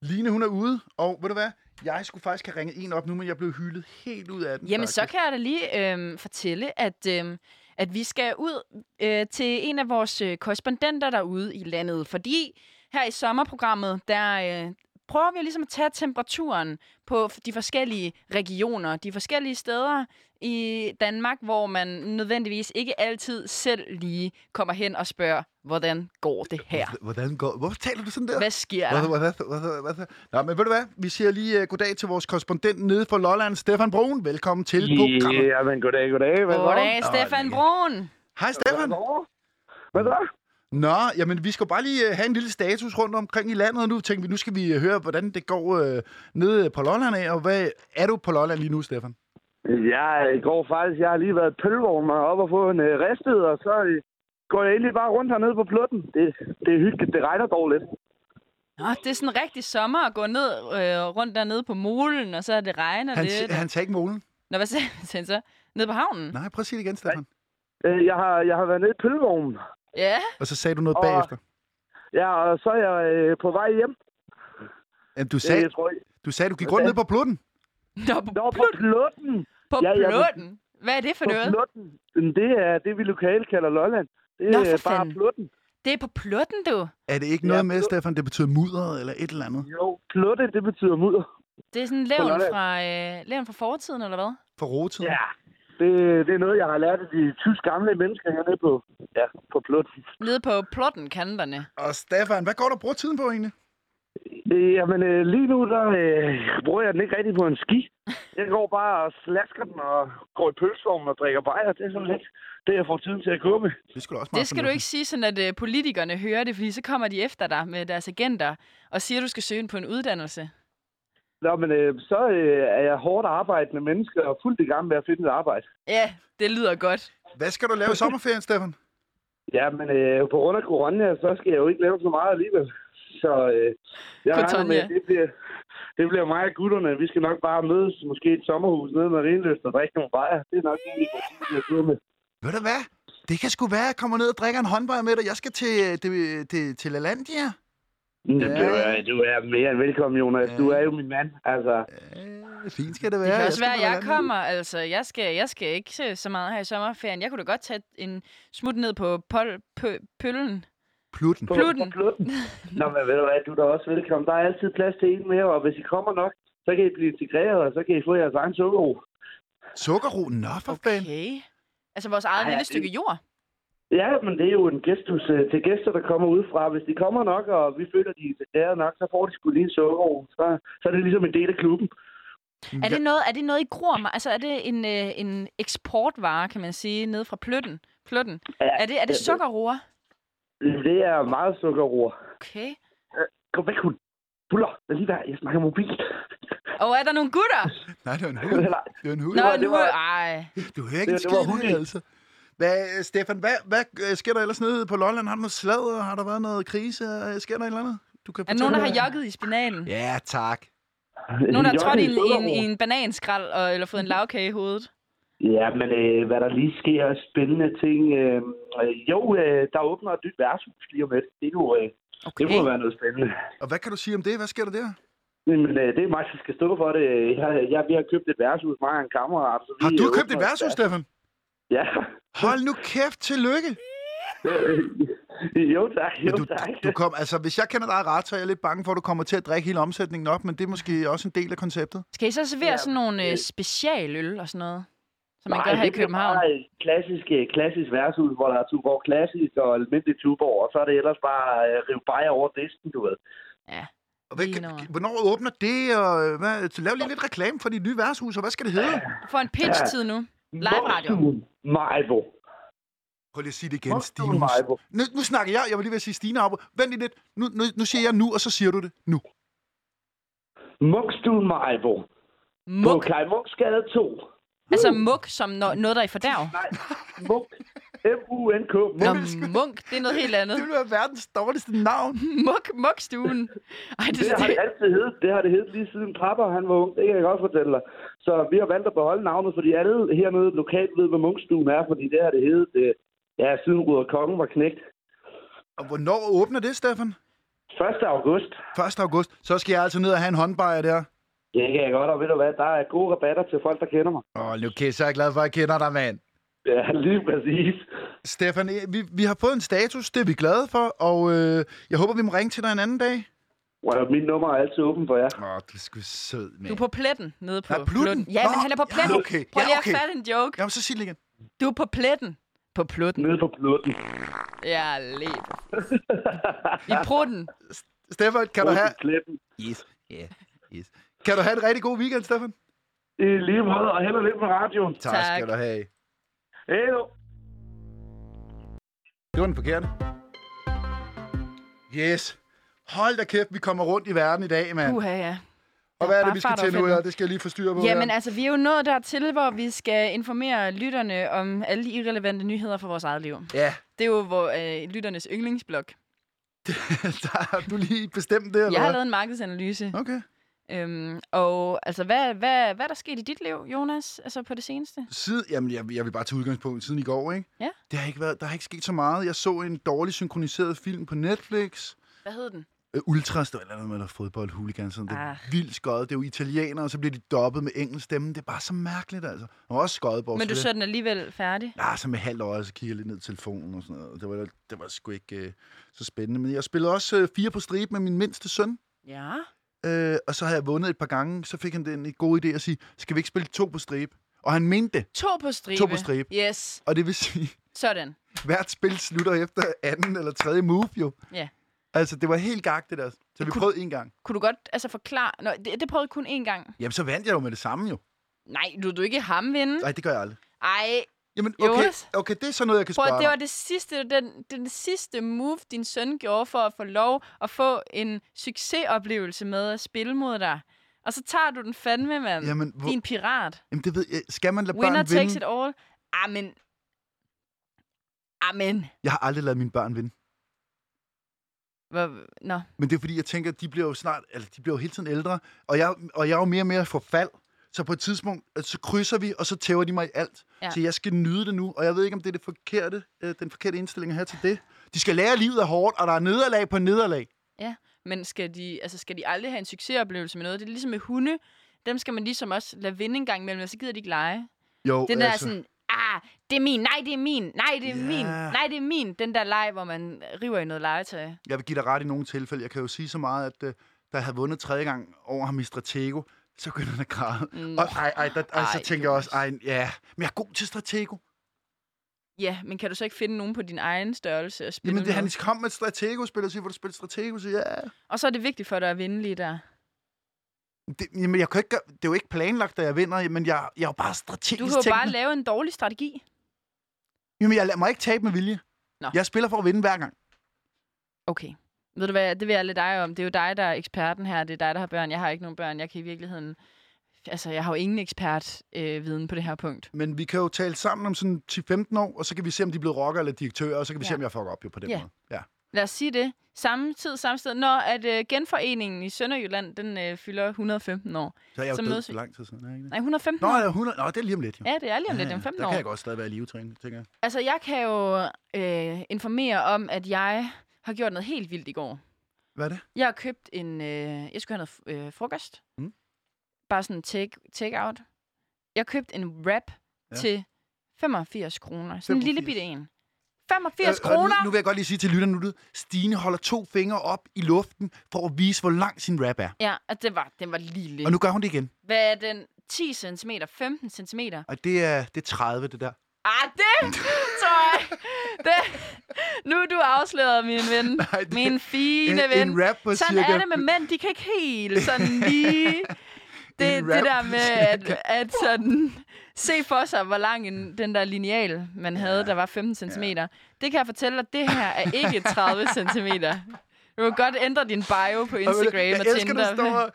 Line, hun er ude, og ved du hvad? Jeg skulle faktisk have ringet en op nu, men jeg blev hyldet helt ud af den.
Jamen,
faktisk.
så kan jeg da lige øhm, fortælle, at, øhm, at vi skal ud øh, til en af vores øh, korrespondenter derude i landet, fordi her i sommerprogrammet, der øh, prøver vi ligesom at tage temperaturen på f- de forskellige regioner, de forskellige steder i Danmark, hvor man nødvendigvis ikke altid selv lige kommer hen og spørger, hvordan går det her?
Hvordan går... Hvorfor taler du sådan der?
Hvad sker
Hvad,
der?
hvad, hvad, hvad, hvad, hvad? Nå, men ved du hvad? Vi siger lige uh, goddag til vores korrespondent nede fra Lolland, Stefan Brun. Velkommen til programmet.
Ja, men goddag, goddag. Hvad så?
Goddag, Stefan Brun.
Hej, Stefan.
Hvad så?
Nå, jamen vi skal bare lige øh, have en lille status rundt omkring i landet, og nu tænker vi, nu skal vi øh, høre, hvordan det går øh, nede på Lolland af, og hvad er du på Lolland lige nu, Stefan?
Jeg går faktisk, jeg har lige været pølvogn mig op og få en øh, ristet, og så øh, går jeg egentlig bare rundt hernede på plutten. Det, det er hyggeligt, det regner dog lidt.
Nå, det er sådan rigtig sommer at gå ned øh, rundt dernede på molen, og så er det regner
Han,
lidt.
han tager ikke målen.
Nå, hvad sagde sagde han så? Nede på havnen?
Nej, prøv at sige det igen, Stefan.
Øh, jeg, har, jeg har været nede i pølvognen,
Ja,
Og så sagde du noget
Åh.
bagefter.
ja, og så er jeg øh, på vej hjem.
Jamen, du,
Øh,
sagde,
Jeg tror, jeg...
du sagde, du gik rundt
Hvad?
ned på plutten.
Nå, på,
Nå,
Nå,
på plutten.
på
ja, ja, men-
plutten. Hvad er det for
På
noget?
plutten. Jamen, Det er det, vi lokalt kalder Lolland. Det
Nå,
er
for
øh, bare
fanden.
plutten.
Det er på plutten, du.
Er det ikke
Ja,
noget med,
plut-
Stefan, det betyder mudder eller et eller andet?
Jo, plutte, det betyder mudder.
Det er sådan en levn
Lolland.
fra, øh, levn fra fortiden, eller hvad?
For rogetiden?
Ja, det, det er noget, jeg har lært af de tysk gamle mennesker hernede på, ja, på Plutten.
Nede på plotten kanterne.
Og Stefan, hvad går du og bruger tiden på egentlig?
Øh, Jamen, øh, lige nu, der øh, bruger jeg den ikke rigtig på en ski. Jeg går bare og slasker den og går i pølsevognen og drikker bajer. Det er sådan lidt det, jeg får tiden til at gå med.
Det skulle også
Det skal du ikke sige, sådan at øh, politikerne hører det, fordi så kommer de efter dig med deres agenter og siger, at du skal søge ind på en uddannelse.
Nå, men øh, så øh, er jeg hårdt arbejdende menneske og fuldt i gang med at finde et arbejde.
Ja, det lyder godt.
Hvad skal du lave i sommerferien, Stefan?
Ja, men øh, på grund af corona, så skal jeg jo ikke lave så meget alligevel. Så øh, jeg regner med,
Cotonia.
at det bliver, det bliver mig og gutterne. Vi skal nok bare mødes, måske i et sommerhus nede med Renløst og drikke nogle bajer. Det er nok det, vi kan gå med.
Ved du hvad? Det kan sgu være, at jeg kommer ned og drikker en håndbøj med dig. Jeg skal til, øh, det, det, til Lalandia.
Ja.
Ja.
Du, er, du er mere end velkommen, Jonas. Ja. Du er jo min mand. Altså,
Øh, fint skal det være.
Det kan
Jeg
også
skal
være, at
på
jeg
Lalandia.
kommer. Altså, jeg skal, jeg skal ikke se så meget her i sommerferien. Jeg kunne da godt tage en smut ned på pol, pø, pøllen.
Plutten.
På,
Plutten.
På plutten. Nå, men ved du hvad, du er da også velkommen. Der er altid plads til en mere, og hvis I kommer nok, så kan I blive integreret, og så kan I få jeres egen sukkero.
Sukkerro, nå for okay. fanden.
Okay. Altså vores eget
Ej,
lille
det-
stykke jord.
Ja, men det er jo en gestus øh, til gæster, der kommer udefra. Hvis de kommer nok, og vi føler, de er integreret nok, så får de sgu lige en sukkero. Så, så er det ligesom en del af klubben.
Er det noget, er det noget I gror mig? Altså er det en, øh, en eksportvare, kan man sige, nede fra Pløtten? Pløtten.
Ja,
Er det, er det
ja,
sukkerroer?
Det er meget sukkerroer.
Okay.
Kom væk, hun. Buller, lad lige være. Jeg snakker mobil.
Og er der nogle gutter?
Nej, det var en hund.
Nej,
Det var en hund.
Nå,
var-
nu...
det var-
Ej.
Du hører ikke en
det- det
skid i
var
det,
hunden.
altså. Hvad, Stefan, hvad, hvad øh, sker der ellers nede på Lolland? Har der noget sladder? Har der været noget krise? Øh, Sker der et eller andet? Du kan
Er der nogen, der har
fortælle.
jogget i spinalen?
Ja, tak.
Nogen, der har
Jeg
trådt i
er
en, en, i en bananskrald og, eller fået en lavkage i hovedet?
Ja, men øh, hvad der lige sker af spændende ting. Øh, øh, jo, øh, der åbner et nyt værtshus lige om lidt. Det, er jo, øh, det må være noget spændende.
Og hvad kan du sige om det? Hvad sker der der?
Men øh, det er mig, der skal stå for det. Jeg, jeg, vi har købt et værtshus, mig og en kammerat. Så vi
Har du
øh,
købt et
åbner-
værtshus, Stefan?
Ja.
Hold nu kæft, tillykke.
Øh, jo tak,
Men
jo
du,
tak.
du kom, altså, hvis jeg kender dig ret, så er jeg lidt bange for, at du kommer til at drikke hele omsætningen op, men det er måske også en del af konceptet.
Skal I så servere
Ja,
sådan nogle øh,
øh,
specialøl og sådan noget? Som man
Nej,
gør her i
det bliver
København?
Bare et klassisk, øh, klassisk værtshus, hvor der er Tuborg Klassisk og almindelig Tuborg, og så er det ellers bare øh, rive bajer over disken, du ved.
Og hvad,
Lige
kan-
noget.
hvornår åbner det? Og øh, hvad, så lav lige lidt reklame for de nye værtshus, og hvad skal det hedde?
Få en pitch-tid nu. Live radio.
Majbo.
Prøv lige at sige det igen, Stine.
Morstuen Majbo.
Nu, nu snakker jeg. Jeg var lige ved at sige Stine op. Vent lige lidt. Nu, nu, nu siger jeg nu, og så siger du det nu.
Mugstuen Majbo. På
Muk.
Kai Mugsgade 2.
Altså muk som no- noget, der er i fordærv.
Nej, Mug. M-U-N-K.
Nå,
Mug.
munk, det er noget helt
Det
andet.
vil være verdens dårligste navn.
Muk, mukstuen. Ej, det,
Det
det,
har det altid heddet. Det har det heddet lige siden Trapper han var ung. Det kan jeg godt fortælle dig. Så vi har valgt at beholde navnet, fordi alle hernede lokalt ved, hvad Mugstuen er, fordi det har det heddet, øh, ja, siden Ruder Kongen var knægt.
Og hvornår åbner det, Stefan?
1. august.
1. august. Så skal jeg altså ned og have en håndbejer der.
Det kan jeg godt, og ved du hvad, der er gode rabatter til folk, der kender mig.
Åh, nu okay, så er jeg glad for, at jeg kender dig, mand.
Ja, lige præcis.
Stefan, eh, vi, vi har fået en status. Det er vi glade for, og øh, jeg håber, vi må ringe til dig en anden dag.
Wow, Mit nummer er altid åben for jer.
Åh, du er sgu sød, mand.
du er på pletten nede på
Ja, Plutten.
Ja, men
Nå,
han er på
ja,
pletten.
okay.
Prøv
Ja,
lige at
okay.
fatte en joke.
Jamen, så sig det igen.
Du er på pletten. På plutten.
Nede på plutten.
Ja, lep. I prutten.
Stefan, kan du have...
Klippen.
Yes, yeah, yes. Kan du have en rigtig god weekend, Stefan?
I lige måde, og held og lykke med radioen.
Tak,
Tak.
skal du have.
Hej nu.
Det var den forkerte. Yes. Hold da kæft, vi kommer rundt i verden i dag, mand.
Uha, ja.
og hvad er det,
bare
vi skal
fart
til
over
nu?
feltet.
Ja, det skal jeg lige få styr på.
Jamen altså, vi er jo nået dertil, hvor vi skal informere lytterne om alle de irrelevante nyheder fra vores eget liv.
Ja,
Det er jo hvor, øh, lytternes yndlingsblok.
der har du lige bestemt det, eller
Jeg har
hvad?
lavet en markedsanalyse.
Okay.
Øhm, og altså, hvad, hvad, hvad er der sket i dit liv, Jonas, altså på det seneste?
Siden, jamen, jeg, jeg vil bare tage udgangspunkt siden i går, ikke?
Ja.
Det har ikke været, der har ikke sket så meget. Jeg så en dårlig synkroniseret film på Netflix.
Hvad hed den?
Øh, Ultras, der er et eller andet med, eller fodbold, hooligans, sådan, det er
Ah.
vildt skøjet. Det er jo italienere, og så bliver de dobbet med engelsk stemme. Det er bare så mærkeligt, altså. Og også skøjet bort.
Men du
det-
så den alligevel færdig?
Ja, så med halvt øje, så kigger jeg lidt ned til telefonen og sådan noget. Det var, det var sgu ikke øh, så spændende. Men jeg spillede også øh, fire på stribe med min mindste søn.
Ja.
Øh, og så havde jeg vundet et par gange. Så fik han den god idé at sige, skal vi ikke spille to på stribe? Og han mente det.
To på stribe.
To på stribe.
Yes,
Og det vil sige,
sådan.
hvert spil slutter efter anden eller tredje move jo.
Ja.
Altså, det var helt gagt det der. Så vi prøvede en gang.
Kunne du godt altså, forklare... Nå, det, det prøvede jeg kun én gang.
Jamen, så vandt jeg jo med det samme jo.
Nej, du du ikke ham vinde.
Nej, det gør jeg aldrig.
Ej,
Jamen, okay,
Jonas?
okay det er sådan noget, jeg kan
prøv,
spørge
det var
dig.
det sidste, den, den sidste move, din søn gjorde for at få lov at få en succesoplevelse med at spille mod dig. Og så tager du den fandme, mand.
Jamen, hvor-
Din pirat.
Jamen, det ved jeg. Skal man lade
Winner
børn vinde?
takes it all. Amen. Amen.
Jeg har aldrig lavet mine børn vinde.
Hvor, nå.
Men det er fordi, jeg tænker, at de bliver jo snart, eller de bliver jo hele tiden ældre, og jeg, og jeg er jo mere og mere forfald. Så på et tidspunkt, øh, så krydser vi, og så tæver de mig i alt.
Ja.
Ja. Så jeg skal nyde det nu, og jeg ved ikke, om det er det forkerte, øh, den forkerte indstilling at have til det. De skal lære, at livet er hårdt, og der er nederlag på nederlag.
Ja. Men skal de, altså, skal de aldrig have en succesoplevelse med noget? Det er ligesom med hunde. Dem skal man ligesom også lade vinde en gang imellem, og så gider de ikke lege.
Jo,
Det der altså. sådan, ah, det er min, nej, det er min, nej, det er
Ja.
yeah. min, nej, det er min. Den der leg, hvor man river i noget legetøj.
Jeg vil give dig ret i nogle tilfælde. Jeg kan jo sige så meget, at øh, da jeg havde vundet tredje gang over ham i Stratego, så begyndte han at græde.
Nå.
Og, ej, ej, der, ej, så
Mm. Ej,
tænker jeg også,
Jonas.
ej, ja, men jeg er god til Stratego.
Ja, men kan du så ikke finde nogen på din egen størrelse og spille
Jamen, det,
med?
han kom med et Stratego-spil, og siger, hvor du spiller Stratego, så ja.
Og så er det vigtigt for dig at vinde lige der.
Det, jamen, jeg kan ikke, gøre- det er jo ikke planlagt, at jeg vinder, men jeg, jeg er jo bare strategisk
Du kan jo bare
tænkende.
lave en dårlig strategi.
Jamen, jeg lader mig ikke tabe med vilje.
Nå.
Jeg spiller for at vinde hver gang.
Okay. Ved du hvad, det vil jeg lade dig om. Det er jo dig, der er eksperten her. Det er dig, der har børn. Jeg har ikke nogen børn. Jeg kan i virkeligheden... Altså, jeg har jo ingen ekspertviden øh, viden på det her punkt.
Men vi kan jo tale sammen om sådan 10-15 år, og så kan vi se, om de er blevet rocker eller direktører, og så kan vi ja. se,
Ja.
om jeg fucker op jo på den
Ja.
måde. Ja.
Lad os sige det. Samme tid, samme sted. Når at øh, genforeningen i Sønderjylland, den øh, fylder 115 år.
Så er jeg
Så
jo død
mødes
for
vi.
lang tid siden. Er jeg ikke det?
Nej, 115
Nå,
år.
ja, 100, nå, det er lige om lidt, jo.
Ja, det er lige om lidt. om 15
Der
år.
kan jeg godt stadig være i livetræning, tænker jeg.
Altså, jeg kan jo øh, informere om, at jeg har gjort noget helt vildt i går.
Hvad er det?
Jeg har købt en... Øh, jeg skulle have noget f- øh, frokost.
Mm.
Mm. Bare sådan take, take out. Jeg købte en wrap
Ja.
ja. til 85 kroner. Sådan en lille
85.
bitte en. 85 øh,
og
kroner!
Nu, nu vil jeg godt lige sige til lytterne nu, det- Stine holder to fingre op i luften for at vise, hvor lang sin rap er.
Ja, og det var, den var lille.
Og nu gør hun det igen.
Hvad er den? 10 cm? 15 cm?
Og det er, det er 30, det der.
Ah, det tror jeg! Det. Nu er du afsløret, min ven.
Nej, det-
min fine
en,
ven.
en rap på
Sådan
cirka...
er det med mænd, de kan ikke helt sådan lige... Det,
En
det
rap,
der med at,
cirka.
at sådan, se for sig, hvor lang en, den der lineal, man havde, der var 15 cm. Det kan jeg fortælle dig, det her er ikke 30 cm. Du kan godt ændre din bio på
Og ved du,
Instagram
jeg
og
elsker, at du
Tinder.
står og,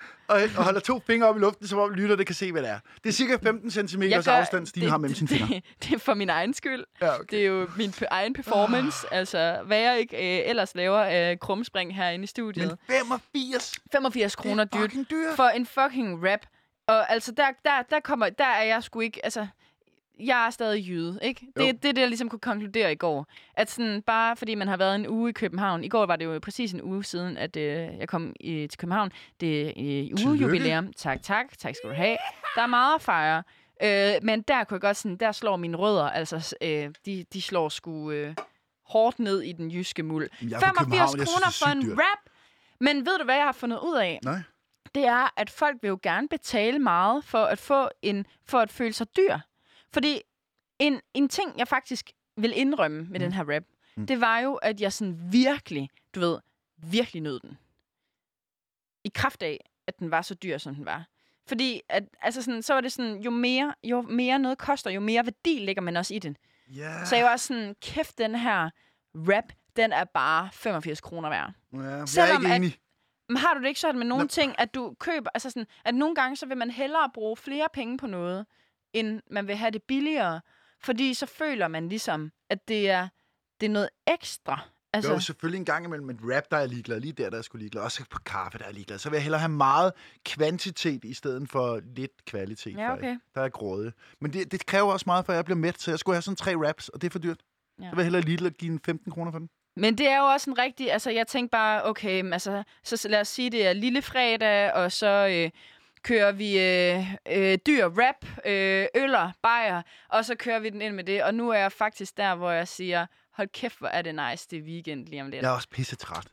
og holder to fingre op i luften, som om lytterne kan se, hvad det er. Det er cirka 15 cm afstand, Stine har mellem sine fingre.
det, det er for min egen skyld.
Ja, okay. Ah.
Det er jo min pe- egen performance. Altså, hvad jeg ikke øh, ellers laver af krumspring herinde i studiet.
Men 85
85 kroner
Det er
dyrt
fucking dyrt.
for en fucking rap. Og altså, der, der, der, kommer, der er jeg sgu ikke... Altså, jeg er stadig jyde, ikke? Det er
Jo.
det, er det, jeg ligesom kunne konkludere i går. At sådan, bare fordi man har været en uge i København... I går var det jo præcis en uge siden, at øh, jeg kom i, til København. Det er øh, ugejubilæum. Tak, tak. Tak skal du have. Der er meget at fejre. Øh, men der kunne jeg godt sådan... Der slår mine rødder, altså... Øh, de, de slår sgu... Øh, hårdt ned i den jyske muld.
Jamen, jeg er fra
85
København, jeg synes,
kroner
det er
for en
sygt dyrt.
rap! Men ved du, hvad jeg har fundet ud af?
Nej.
det er, at folk vil jo gerne betale meget for at få en, for at føle sig dyr. Fordi en, en ting, jeg faktisk vil indrømme med mm. den her rap, mm. det var jo, at jeg sådan virkelig, du ved, virkelig nød den. I kraft af, at den var så dyr, som den var. Fordi, at, altså sådan, så var det sådan, jo mere, jo mere noget koster, jo mere værdi lægger man også i den.
Ja.
Så jeg var sådan, kæft, den her rap, den er bare 85 kroner værd.
ja, jeg er
selvom
ikke
at-
enig.
Men har du det ikke sådan med nogle
Nå.
ting, at du køber, altså sådan, at nogle gange, så vil man hellere bruge flere penge på noget, end man vil have det billigere, fordi så føler man ligesom, at det er, det er noget ekstra.
Altså...
Altså,
Jo, selvfølgelig en gang imellem et rap, der er jeg ligeglad. Lige der, der er sgu ligeglad. Også på kaffe, der er jeg ligeglad. Så vil jeg hellere have meget kvantitet i stedet for lidt kvalitet.
Ja,
faktisk.
okay.
Der er gråde. Men det, det kræver også meget, for jeg bliver mæt, så jeg skulle have sådan tre raps, og det er for dyrt. Ja.
Ja.
Så vil jeg hellere lige give en 15 kroner for den.
men det er jo også en rigtig, altså jeg tænkte bare, okay, men altså, så lad os sige, det er lille fredag, og så øh, kører vi øh, øh, dyr rap, øh, øller, bajer, og så kører vi den ind med det, og nu er jeg faktisk der, hvor jeg siger, hold kæft, hvor er det nice, det er weekend lige om lidt.
Jeg er også pisse træt.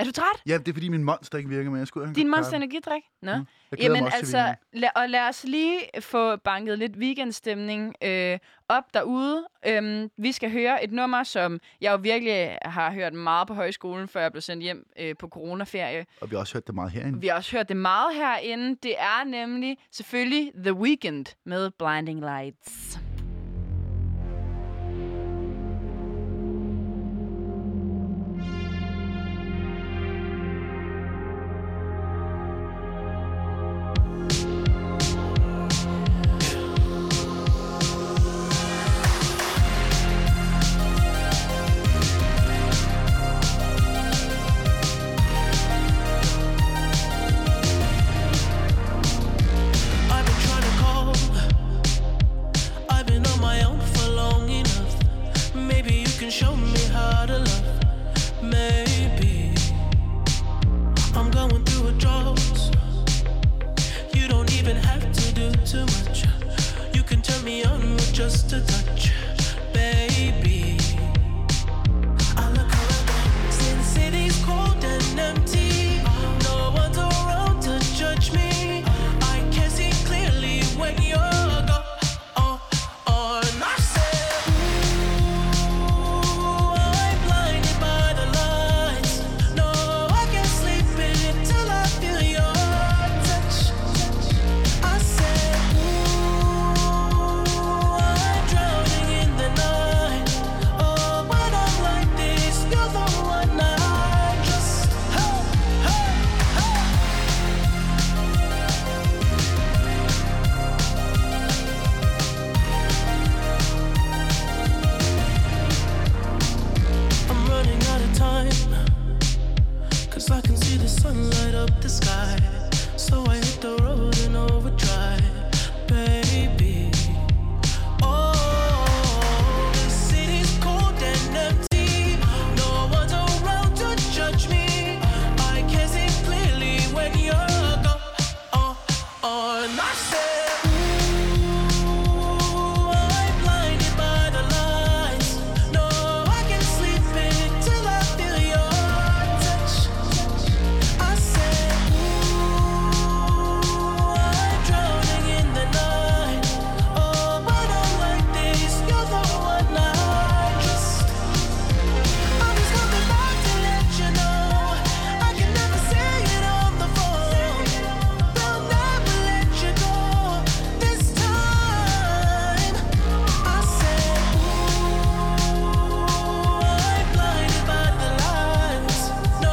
Er du træt?
Ja, det er fordi min monster ikke virker, men jeg skulle have en
Din
kop
monster
kaffe.
energidrik? Nå.
Mm. Jeg glæder
Jamen
mig også til
altså, la- og lad os lige få banket lidt weekendstemning øh, op derude. Øhm, vi skal høre et nummer, som jeg jo virkelig har hørt meget på højskolen, før jeg blev sendt hjem øh, på coronaferie.
Og vi har også hørt det meget herinde.
Vi har også hørt det meget herinde. Det er nemlig selvfølgelig The Weeknd med Blinding Lights.
I've been trying to call. I've been
oh, Oh, So I can see the sun light up the sky. So I hit the road and overdrive, baby. Oh, the city's cold and empty. No one's around to judge me. I can see clearly when you're gone. Oh, oh, and I said, Ooh, I'm blinded by the lights. No, I can sleep until I feel your touch. I said, Ooh, I'm drowning in the night. Oh, but I'm like this. You're the one I trust. I'm just coming back to let you know I can never say it on the phone. They'll never let you go this time. I said, Ooh, I'm blinded by the lights. No,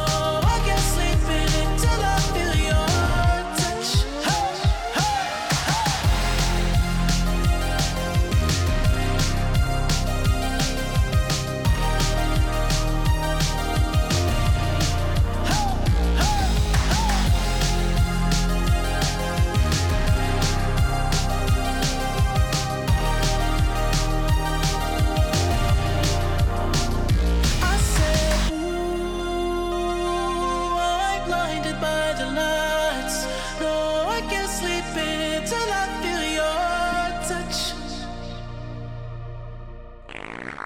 I can't sleep until I feel your touch. I said, Ooh, I'm blinded by the lights. No, I can't sleep until I feel your touch.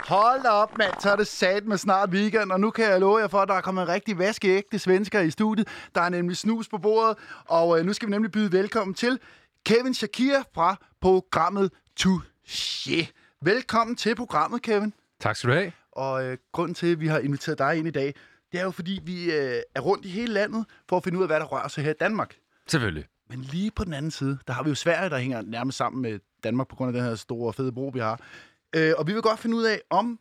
Hold da op, mand. Så er det sat med snart weekend, og nu kan jeg love jer for, at der er kommet en rigtig vaskeægte svensker i studiet. Der er nemlig snus på bordet, og øh, nu skal vi nemlig byde velkommen til Kevin Shakir fra programmet Touche. Velkommen til programmet, Kevin.
Tak skal du have.
Og øh, grunden til, at vi har inviteret dig ind i dag, det er jo, fordi vi øh, er rundt i hele landet for at finde ud af, hvad der rører sig her i Danmark.
Selvfølgelig.
Men lige på den anden side, der har vi jo Sverige, der hænger nærmest sammen med Danmark på grund af den her store fede bro, vi har. Øh, og vi vil godt finde ud af, om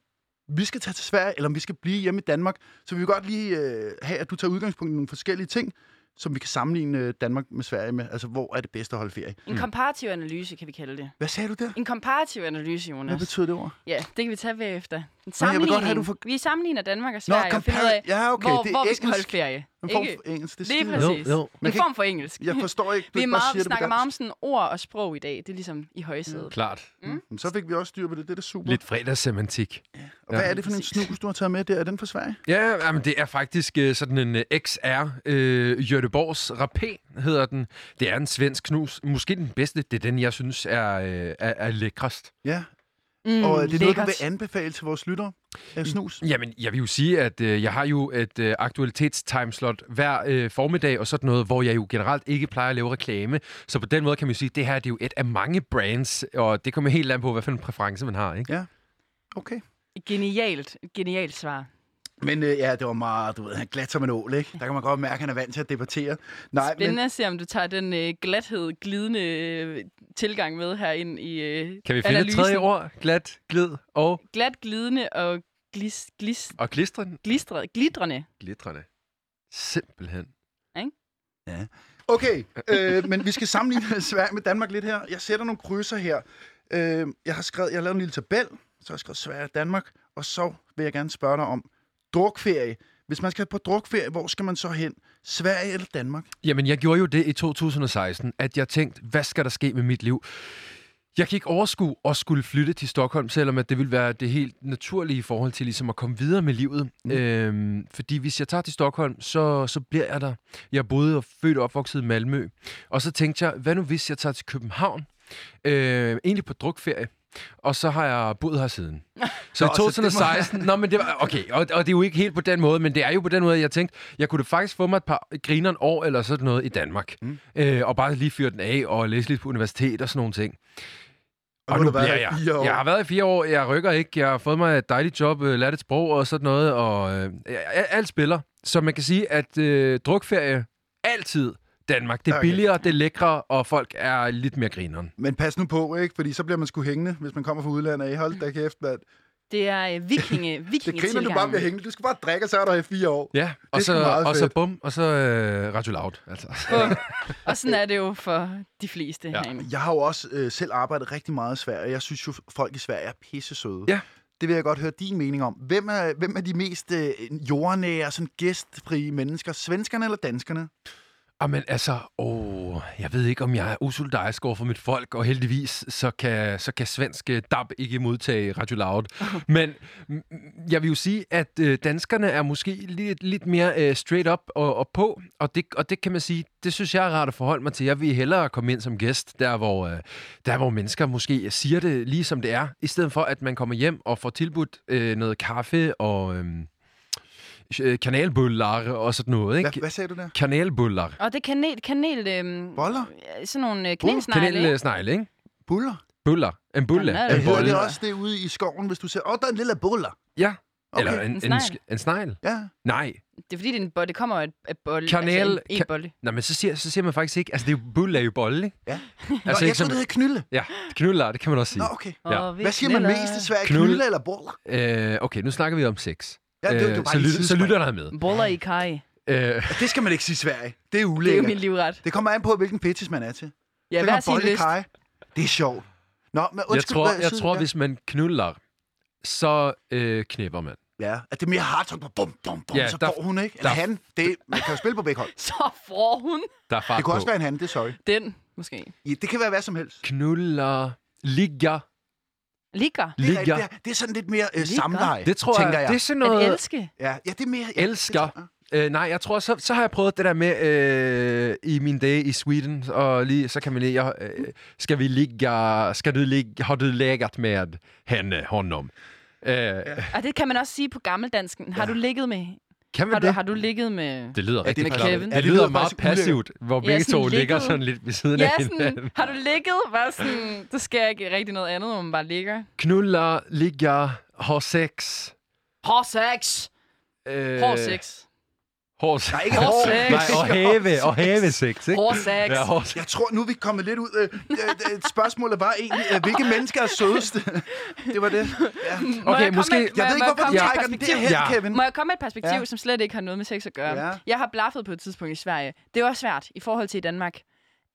vi skal tage til Sverige, eller om vi skal blive hjemme i Danmark. Så vi vil godt lige øh, have, at du tager udgangspunkt i nogle forskellige ting, som vi kan sammenligne øh, Danmark med Sverige med. Altså, hvor er det bedst at holde ferie?
En komparativ analyse, kan vi kalde det.
Hvad sagde du der?
En komparativ analyse,
Hvad
Jonas.
betyder det ord?
Ja, det kan vi tage bagefter. En
Nå, jeg vil
sammenligning.
godt have, du for-
Vi sammenligner Danmark og Sverige og finder ud
compare-
af,
Ja, okay.
hvor,
det er
hvor vi skal holde
engelsk.
ferie.
En form
Ikke?
for engelsk. Det er
Lige
skide-
præcis.
Jo, jo.
Man
En
kan
form for engelsk.
Jeg forstår ikke, du
Vi, er
ikke bare
meget, vi
siger det
snakker meget om
begejstret.
sådan ord og sprog i dag. Det er ligesom i højsædet.
Klart.
Men Så fik vi også styr på det. Det er da super.
Lidt fredagssemantik.
Og hvad
Ja.
er det for en snus, du har taget med der? Er den fra Sverige?
Ja, men det er faktisk øh, sådan en øh, XR øh, Göteborgs Rapé, hedder den. Det er en svensk knus. Måske den bedste. Det er den, jeg synes er, øh, er, er lækrest.
Ja.
Mm,
Og er det noget, du
lækkert. Mm,
vil anbefale til vores lyttere? Af snus?
Jamen, jeg vil jo sige, at øh, jeg har jo et øh, aktualitets-timeslot hver øh, formiddag og sådan noget, hvor jeg jo generelt ikke plejer at lave reklame. Så på den måde kan man jo sige, at det her det er jo et af mange brands, og det kommer helt an på, hvad for en præference man har, ikke?
Okay.
Mm.
Genialt. Et Genialt svar.
Men øh, ja, det var meget, du ved, han glat som en ål, ikke? Der kan man godt mærke, at han er vant til at debattere. Nej,
Spændende at se, om du tager den øh, glathed, glidende øh, tilgang med her ind i øh,
Kan vi finde et
analysen.
tredje ord? Glat, glid og,
Glat, glidende og glis, glis,
og glistren.
glistret, glitrende.
Glitrende. Simpelthen.
men, okay, øh, men vi skal sammenligne Sverige med Danmark lidt her. Jeg sætter nogle krydser her. Øh, jeg har skrevet, jeg har lavet en lille tabel, så har jeg skrevet Sverige og Danmark, og så vil jeg gerne spørge dig om drukferie. Hvis man skal på drukferie, hvor skal man så hen? Sverige eller Danmark?
Jamen, jeg gjorde jo det i 2016, at jeg tænkte, hvad skal der ske med mit liv? Jeg kan ikke overskue at skulle flytte til Stockholm, selvom at det ville være det helt naturlige i forhold til ligesom at komme videre med livet. Mm. Øhm, fordi hvis jeg tager til Stockholm, så, så bliver jeg der. Jeg boede og født og opvokset i Malmø. Og så tænkte jeg, hvad nu hvis jeg tager til København? Øh, egentlig på drukferie. Og så har jeg boet her siden. Så i
Nå, så det må-
2016... Nå, men det var... Okay, og, og det er jo ikke helt på den måde, men det er jo på den måde, jeg tænkte, jeg kunne da faktisk få mig et par grineren år eller sådan noget i Danmark. Mm. Øh, og bare lige fyre den af og læse lidt på universitet og sådan nogle ting. Og
har
nu
du været
bliver
her i
jeg.
fire år.
Jeg har været i fire år, jeg rykker ikke, jeg har fået mig et dejligt job, øh, lært et sprog og sådan noget, og øh, a- alt spiller. Så man kan sige, at øh, drukferie altid Danmark. Det er
Okay.
billigere, det er lækre, og folk er lidt mere grineren.
Men pas nu på, ikke? Fordi så bliver man sgu hængende, hvis man kommer fra udlandet. af. Hold da kæft, mand.
Det er øh, vikinge,
Det
vikinge
griner, du bare bliver hængende. Du skal bare drikke, og så er der i fire år.
Ja, og
sgu
så,
meget
og så
fedt.
bum, og så øh, Radio Loud. Altså.
Og sådan er det jo for de fleste ja. herinde.
Jeg har jo også øh, selv arbejdet rigtig meget i Sverige. Jeg synes jo, folk i Sverige er pisse søde.
Ja.
Det vil jeg godt høre din mening om. Hvem er, hvem er de mest øh, jordnære, sådan gæstfrie mennesker? Svenskerne eller danskerne?
Jamen altså, åh, jeg ved ikke, om jeg er usolidarisk over for mit folk, og heldigvis, så kan, så kan svensk øh, DAB ikke modtage Radio Loud. Men mm, jeg vil jo sige, at øh, danskerne er måske lidt, lidt mere øh, straight up og, og på, og det, og det kan man sige, det synes jeg er rart at forholde mig til. Jeg vil hellere komme ind som gæst, der hvor, øh, der hvor mennesker måske siger det lige som det er, i stedet for, at man kommer hjem og får tilbudt øh, noget kaffe og... Øh, øh, kanalbullar og sådan noget, ikke?
Hvad, hvad sagde du der?
Kanalbullar.
Og det er kanel, kanel, øhm,
Boller?
sådan nogle
Uh,
øh, knæsnegle. ikke?
Kanelsnegle, ikke?
Buller?
Buller. En bulle.
Nå,
Jeg
En
det
hører
bolle.
det også det ude i skoven, hvis du ser, åh, oh, der er en lille buller.
Ja.
Okay.
Eller en, Altså,
En
en,
snegl.
sk- en snegl.
Ja.
Nej.
Det er fordi, det, er en bo- det kommer af et- af bolle.
Kanel-
Altså en,
ka-
en bolle.
Nej, men så siger, så siger man faktisk ikke... Altså, det er jo, bulle er jo bolle, ikke?
Ja. Nå,
Altså,
jeg
ikke
tror,
som,
det hedder knylde.
Ja, knuller, det kan man også sige.
Nå, okay.
Ja.
Og vi
Hvad siger man
knælder.
mest i Sverige?
Knulle.
Knylde eller buller?
Øh, okay, nu snakker vi om sex.
Ja, det- det var
Øh,
bare
så,
lige Mm.
lyt, så
sidespring.
lytter der med.
Boller i kaj.
Øh,
Det skal man ikke sige i Sverige. Det er
Det er jo
ulækkert.
min livret.
Det kommer an på, hvilken fetish man er til.
Ja,
det
hver
kan
sin lyst.
Kaj. Det er sjovt. Nå, men
jeg
undskyld.
tror,
hvad
jeg
synes
tror
du?
hvis man knuller, så øh, knipper man.
Ja, at det er mere hardtryk på bum, bum, bum,
Ja,
så
der-
får hun ikke. Eller
der-
han. Det, man kan jo spille på begge hold.
Så får hun
Der er fart
Det kunne
på.
også være en han, det er sorry.
den, måske.
Ja, det kan være hvad som helst.
Knuller, ligger,
Ligger.
Det er, rigtigt,
ligger.
det er, det er sådan lidt mere øh,
Ligger.
samleje,
Det tror
tænker
jeg,
jeg.
det er sådan
At
noget...
elske.
Ja, ja, det er mere... Ja,
elsker.
Det, tror jeg.
Øh, nej, jeg tror, så, så har jeg prøvet det der med øh, i mine dage i Sweden, og lige, så kan man lige, jeg, øh, skal vi ligge, skal du ligge, har du lægget med henne, honom? Øh, ja.
Og det kan man også sige på gammeldansken. Har du ligget med?
Kan man
Har du,
det?
har du ligget med...
Det lyder
det
rigtig
er
klart.
faktisk-
Det,
Kevin?
Ja, det
lyder
lyder
meget
faktisk ulækkert.
passivt, hvor
Ja,
begge
sådan
to ligger
ligget.
sådan lidt ved siden
Ja,
af
sådan,
hinanden.
har du ligget? Bare sådan, der sker ikke rigtig noget andet, når man bare ligger.
Knuller, ligger, har sex.
Hård sex.
Øh,
Hård sex.
Hår sex.
Nej, ikke
Hård
hård.
sex.
Nej, og have, og have sex, ikke?
Hård sex.
Ja, hår sex.
Jeg tror, nu er vi kommet lidt ud. Øh, øh, øh, spørgsmålet var egentlig, øh, hvilke mennesker er sødeste? det var det. Ja.
Må jeg
Okay,
komme
måske-
med-
Jeg
må
Jeg ved ikke,
må
hvorfor du
komme med et
trækker den
perspektiv?
derhen,
Ja.
Kevin.
Må jeg komme med et perspektiv,
Ja.
ja. som slet ikke har noget med sex at gøre?
Ja.
Ja. Jeg har blaffet på et tidspunkt i Sverige. Det var svært i forhold til i Danmark.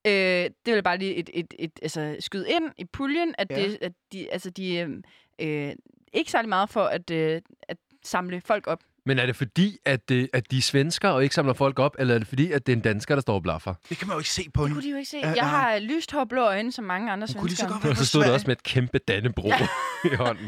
Øh, det vil jeg bare lige et, et, et, altså, skyde ind i puljen, at,
Ja.
ja. det, at de, altså, de øhm, øh, ikke særlig meget for at, øh, at samle folk op.
Men er det fordi, at, det, at de er svensker og ikke samler folk op, eller er det fordi, at det er en dansker, der står og blaffer?
Det kan man jo ikke se på
Det
hende.
kunne de jo ikke se.
Ja, ja.
Jeg har lyst hår, blå øjne, som mange andre
Hun kunne lige så
svenskere.
godt være
Og
fra
så stod der
Sverige.
også med et kæmpe dannebro ja. i hånden.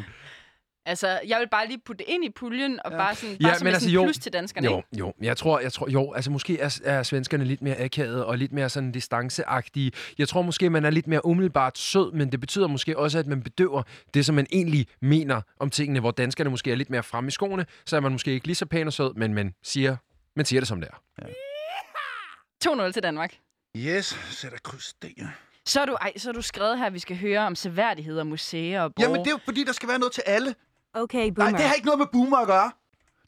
Altså, jeg vil bare lige putte det ind i puljen, og ja. bare sådan,
Ja,
bare ja, som
men
et
altså,
altså,
jo.
plus til danskerne.
Jo,
ikke?
jo. Jeg tror, jeg tror, jo, altså måske er, er svenskerne lidt mere akavede og lidt mere sådan distanceagtige. Jeg tror måske, man er lidt mere umiddelbart sød, men det betyder måske også, at man bedøver det, som man egentlig mener om tingene, hvor danskerne måske er lidt mere fremme i skoene, så er man måske ikke lige så pæn og sød, men man siger, man siger det, som det er.
2-0 til Danmark.
Yes, sætter kryds der.
Så er, du, ej, så er du skrevet her, at vi skal høre om seværdigheder, museer og borg.
Jamen, det er jo fordi, der skal være noget til alle.
Okay,
Nej,
boomer.
det har ikke noget med boomer at gøre.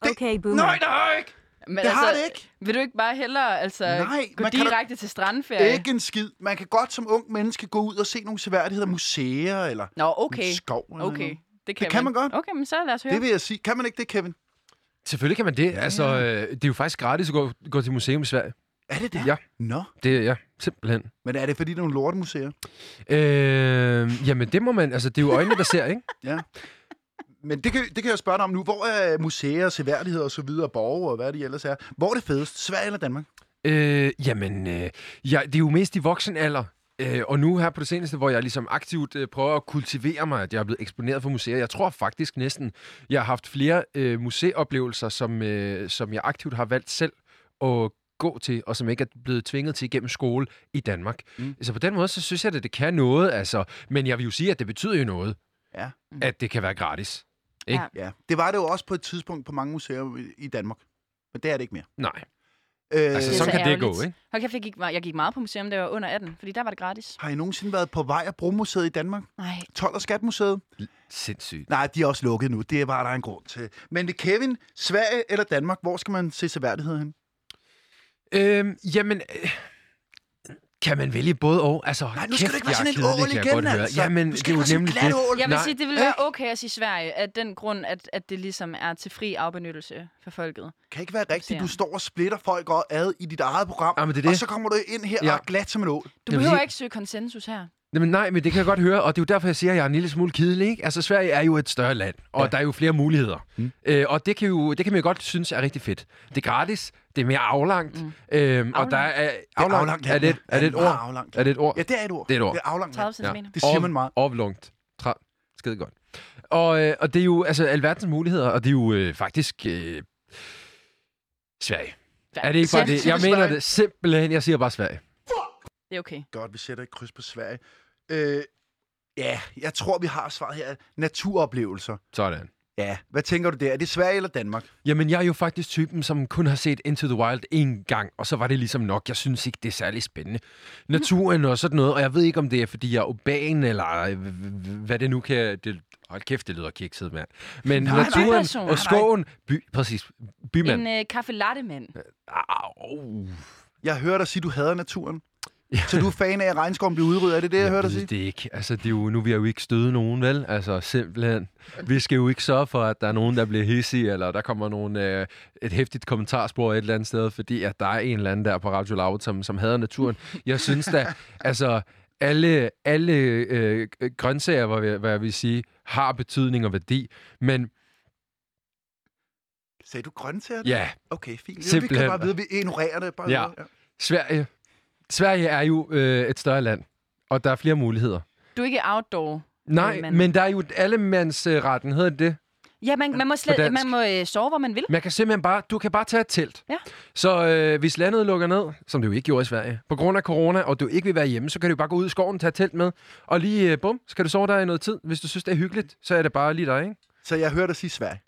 det-
Okay, boomer.
Nej, det har ikke.
Men altså,
Det har det ikke.
Vil du ikke bare hellere altså,
Nej,
gå
man kan da-
direkte til strandferie?
Ja. Ikke en skid. Man kan godt som ung menneske gå ud og se nogle seværdigheder, museer eller
Nå, okay.
skov. Eller
Okay,
Noget.
det kan,
kan man godt.
Okay, men så lad os høre.
Det vil jeg sige. Kan man ikke det, Kevin?
Selvfølgelig kan man det. Altså, øh, det er jo faktisk gratis at gå, gå til museum i Sverige.
Er det det?
Ja.
Nå,
Det er ja, simpelthen.
men er det fordi, det er nogle lortemuseer?
Øh, jamen, det må man... Altså, det er jo øjnene, der ser, ikke?
Men det kan, det kan jeg spørge dig om nu. Hvor er museer, seværdigheder og så videre, borgere og hvad det ellers er? Hvor er det fedest? Sverige eller Danmark?
Øh, jamen, øh, jeg, det er jo mest i voksen alder. Øh, og nu her på det seneste, hvor jeg ligesom aktivt øh, prøver at kultivere mig, at jeg er blevet eksponeret for museer. Jeg tror faktisk næsten, jeg har haft flere øh, museoplevelser, som, øh, som jeg aktivt har valgt selv at gå til, og som ikke er blevet tvinget til igennem skole i Danmark.
Mm.
Mm. Så på den måde, så synes jeg, at det kan noget, altså. Men jeg vil jo sige, at det betyder jo noget,
Ja.
at det kan være gratis. Ikke?
Ja.
Ja, det var det jo også på et tidspunkt på mange museer i- i Danmark. Men det er det ikke mere.
Nej,
Øh,
altså
er
sådan
så
kan det gå,
ærgerligt.
ikke?
Hold kæft, jeg gik, meget- jeg gik meget på museum, da jeg var under 18, fordi der var det gratis.
Har I nogensinde været på vej af Bromuseet i Danmark?
Nej.
12 og Skatmuseet?
Sindssygt.
Nej, de er også lukket nu. Det var der en grund til. Men Kevin, Sverige eller Danmark, hvor skal man se seværdighed hen?
Øhm, jamen, øh, kan man vælge både og? Altså,
Nej, nu
kæft,
skal du ikke være
jeg er
sådan et
kedelig,
ål
kan jeg
igen,
godt høre.
altså.
Jamen,
du
det
skal ikke
er jo
være sådan
nemlig
et
det.
glat ål.
Jeg vil
Nej.
sige, det ville være okay at sige Sverige, af den grund, at, at det ligesom er til fri afbenyttelse for folket.
kan ikke være rigtigt. Du står og splitter folk og ad i dit eget program,
Jamen, det er det.
og så kommer du ind her
Ja.
og er glat som en ål.
Du
Jeg vil
behøver
sige-
ikke søge konsensus her.
Jamen nej, men det kan jeg godt høre, og det er jo derfor, jeg siger, at jeg er en lille smule kedelig. Ikke? Altså, Sverige er jo et større land, og ja. der er jo flere muligheder. Mm. Øh, og det kan, jo, det kan man jo godt synes er rigtig fedt. Det er gratis, det er mere aflangt, mm. øhm, og der er...
aflangt, ja.
er det, et- er det et
meget
ord?
aflangt.
Er det et ord?
Ja, det er et ord.
Det er et ord.
Det er aflangt.
30
land.
cm.
Det siger man meget.
Oplungt. Tra. Skide godt. Og, øh, og det er jo altså alverdens muligheder, og det er jo øh, faktisk øh, Sverige. Er det ikke bare
Ja.
det? Jeg
Sverige.
mener det simpelthen. Jeg siger bare Sverige.
Det er okay.
Godt, vi sætter et kryds på Sverige. Øh, ja, jeg tror, vi har svaret her. Naturoplevelser.
Sådan.
Ja, hvad tænker du der? Er det Sverige eller Danmark?
Jamen, jeg er jo faktisk typen, som kun har set Into the Wild én gang, og så var det ligesom nok. Jeg synes ikke, det er særlig spændende. Naturen og sådan noget, og jeg ved ikke, om det er, fordi jeg er urban, eller øh, hvad det nu kan... Det, hold kæft, det lyder kikset, mand. Men
Nej, nej.
naturen
Byperson.
og skoven... By, præcis. Bymand.
En øh, kaffe latte mand.
Au.
Jeg hørte dig sige, du hader naturen. Så du er fan af, at regnskoven bliver udryddet. Er det det, jeg, jeg
jeg
hørte dig
ved
sige?
det ikke. Altså, det er jo, nu vi har jo ikke støde nogen, vel? Altså, simpelthen. Vi skal jo ikke sørge for, at der er nogen, der bliver hissige, eller der kommer nogen, øh, et hæftigt kommentarspor et eller andet sted, fordi at der er en eller anden der på Radio Loud, som, som hader naturen. Jeg synes da, altså, alle, alle øh, grøntsager, hvad, jeg- hvad jeg vil sige, har betydning og værdi, men
Sagde du grøntsager?
ja,
Okay, fint. Simpelthen. Vi
Simpelthen.
kan bare vide, at vi ignorerer det. Bare
Ja. Sverige, Sverige er jo øh, et større land, og der er flere muligheder.
Du er ikke outdoor.
Nej,
Allemanden.
men der er jo allemandsretten, hedder det det?
Ja, man, man må,
På
slet,
dansk.
man må øh, sove, hvor man vil.
Man kan simpelthen bare, du kan bare tage et telt.
Ja.
Så øh, hvis landet lukker ned, som det jo ikke gjorde i Sverige, på grund af corona, og du ikke vil være hjemme, så kan du jo bare gå ud i skoven, tage et telt med, og lige, øh, bum, så kan du sove der i noget tid. Hvis du synes, det er hyggeligt, så er det bare lige dig, ikke?
Så jeg hørte dig sige Sverige.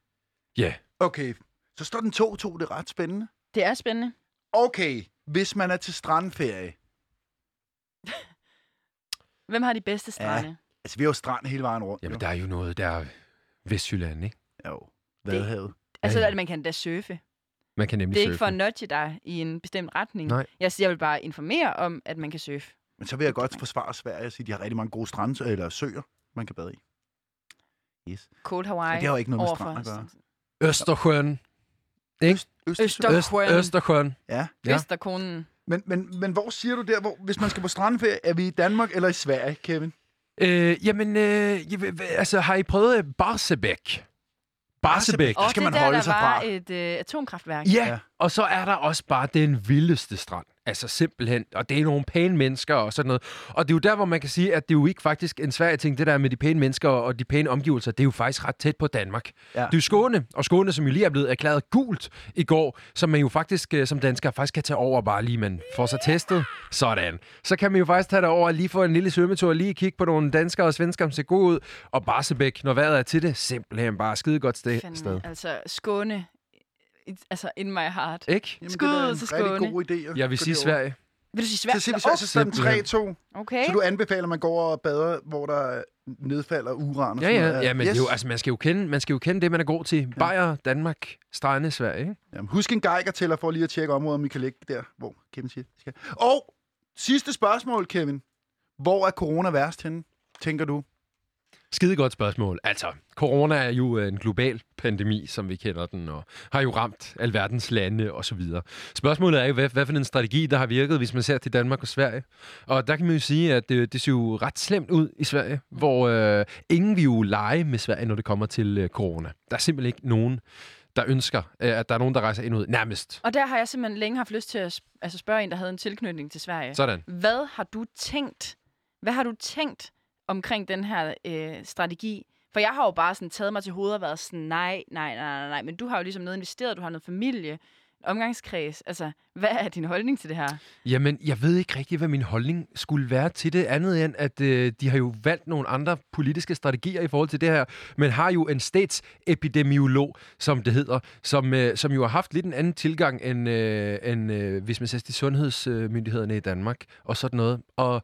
Ja.
Okay, så står den 2-2. Det er ret spændende.
Det er spændende.
Okay, hvis man er til strandferie.
Hvem har de bedste strande? Ja.
Altså, vi har jo strand hele vejen rundt.
Jamen,
jo.
der er jo noget der er Vestjylland, ikke?
Jo, Vadehavet.
Altså,
Ja, ja.
at man kan da surfe.
Man kan nemlig
Det er ikke for
surfe.
at nudge dig i en bestemt retning.
Nej.
Jeg siger, jeg vil bare informere om, at man kan surfe.
Men så vil jeg godt forsvare Sverige og sige, at de har rigtig mange gode strands eller søer, man kan bade i. Yes.
Cold Hawaii.
Men det har jo ikke noget med
overfor
strand at gøre.
Østersjøen.
Østersø.
Øster-
Øst, Østersjøen.
Ja.
Ja.
Østerkonen.
Men, men, men hvor siger du der, hvor, hvis man skal på strandferie, er vi i Danmark eller i Sverige, Kevin?
Øh, jamen, øh, jeg ved- hvad- altså, har I prøvet øh, Barsebæk? Barsebæk.
Barsebäck.
Og
skal
det
man
der,
holde
der
sig
var
fra.
et øh, atomkraftværk.
Ja,
Ja.
ja, og så er der også bare den vildeste strand. Altså simpelthen, og det er nogle pæne mennesker og sådan noget. Og det er jo der, hvor man kan sige, at det er jo ikke faktisk en svær ting, det der med de pæne mennesker og de pæne omgivelser, det er jo faktisk ret tæt på Danmark.
Ja.
Ja. Det er jo Skåne, og Skåne, som jo lige er blevet erklæret gult i går, som man jo faktisk øh, som dansker faktisk kan tage over, bare lige man får sig testet. Sådan. Så kan man jo faktisk tage derover og lige få en lille svømmetur, lige kigge på nogle danskere og svensker, som ser gode ud. Og Barsebæk, når vejret er til det, simpelthen bare skide godt sted.
Fandme,
sted.
Altså, Skåne. It, altså, in my heart.
Ikke?
Jamen,
Skud
det er da
ud
en
til
rigtig
Skåne.
god idé.
Jeg vil sige Sverige.
Vil du sige
Så
svært?
siger vi så, så står den 3-2.
Simpelthen.
Okay.
Så du anbefaler, at man går over og bader, hvor der nedfalder uran og
Ja,
sådan
ja.
noget.
ja men yes. jo, altså, man, skal jo kende, man skal jo kende det, man er god til. Bayer, Danmark, Strande, Sverige. Ikke?
Jamen, husk en geigertæller for lige at tjekke området, om I kan ligge der, hvor Kevin siger. de Skal. Og sidste spørgsmål, Kevin. Hvor er corona værst henne, tænker du?
Skide godt spørgsmål. Altså, corona er jo øh, en global pandemi, som vi kender den, og har jo ramt alverdens lande og så videre. Spørgsmålet er jo, hvad, hvad for en strategi, der har virket, hvis man ser til Danmark og Sverige. Og der kan man jo sige, at øh, det ser jo ret slemt ud i Sverige, hvor øh, ingen vil jo lege med Sverige, når det kommer til øh, corona. Der er simpelthen ikke nogen, der ønsker, øh, at der er nogen, der rejser ind og ud. Nærmest.
Og der har jeg simpelthen længe haft lyst til at sp- altså spørge en, der havde en tilknytning til Sverige.
Sådan.
Hvad har du tænkt? Hvad har du tænkt omkring den her øh, strategi? For jeg har jo bare sådan taget mig til hovedet og været sådan, nej, nej, nej, nej, nej. Men du har jo ligesom noget investeret, du har noget familie, omgangskreds. Altså, hvad er din holdning til det her?
Jamen, jeg ved ikke rigtig, hvad min holdning skulle være til det, andet end, at øh, de har jo valgt nogle andre politiske strategier i forhold til det her, men har jo en statsepidemiolog, som det hedder, som, øh, som jo har haft lidt en anden tilgang end, øh, end øh, hvis man ser til sundhedsmyndighederne i Danmark og sådan noget. Og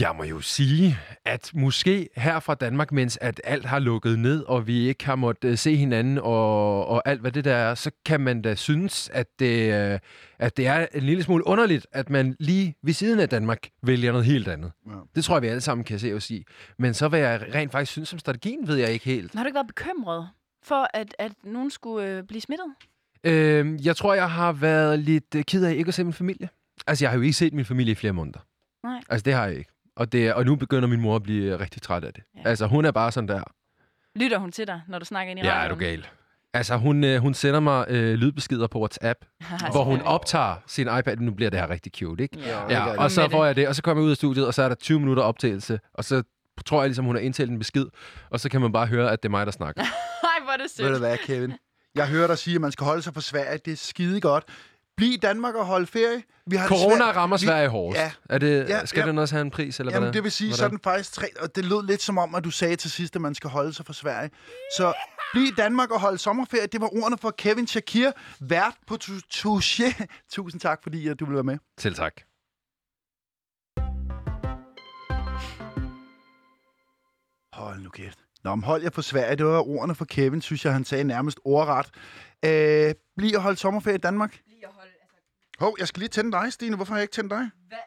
jeg må jo sige, at måske her fra Danmark, mens at alt har lukket ned, og vi ikke har måttet øh, se hinanden og, og alt, hvad det der er, så kan man da synes, at det, øh, at det er en lille smule underligt, at man lige ved siden af Danmark vælger noget helt andet.
Ja.
Ja. Det tror jeg, vi alle sammen kan se og sige. Men så hvad jeg rent faktisk synes om strategien, ved jeg ikke helt.
Men har du ikke været bekymret for, at, at nogen skulle øh, blive smittet?
Øhm, jeg tror, jeg har været lidt øh, ked af ikke at se min familie. Altså, jeg har jo ikke set min familie i flere måneder.
Nej.
Altså, det har jeg ikke. Og, det er, og nu begynder min mor at blive øh, rigtig træt af det. Ja.
Ja.
Altså, hun er bare sådan der,
Lytter hun til dig, når du snakker ind i
ja, er du gal? Altså, hun, øh, hun sender mig øh, lydbeskeder på WhatsApp,
Altså,
hvor hun optager sin iPad. Nu bliver det her rigtig cute, ikke?
Ja.
Ja, og
Hun
så
med
får jeg det, og så kommer jeg ud af studiet, og så er der 20 minutter optagelse, og så tror jeg ligesom, hun har indtalt en besked, og så kan man bare høre, at det er mig, der snakker.
Nej, hvor er det
Ved du
sødt.
hvad, Kevin? Jeg hører dig sige, at man skal holde sig for Sverige. Det er skide godt. Bliv i Danmark og hold ferie. Vi har det
Corona
svært.
rammer
Vi-
Sverige hårdest.
Ja.
Er det,
Ja,
skal
ja.
den også have en pris, eller
Jamen,
hvordan?
det vil sige
hvordan?
sådan faktisk tre... Og det lød lidt som om, at du sagde til sidst, at man skal holde sig for Sverige. Så bliv i Danmark og hold sommerferie. Det var ordene fra Kevin Shakir, vært på Tu- Touche. Tusind tak, fordi at du ville være med.
Selv tak.
Hold nu kæft. Nå, men hold jer på Sverige. Det var ordene fra Kevin, synes jeg, han sagde nærmest ordret. Øh, bliv og hold sommerferie i Danmark.
Lige at holde, altså,
Hov, jeg skal lige tænde dig, Stine. Hvorfor har jeg ikke tændt dig?
hvad,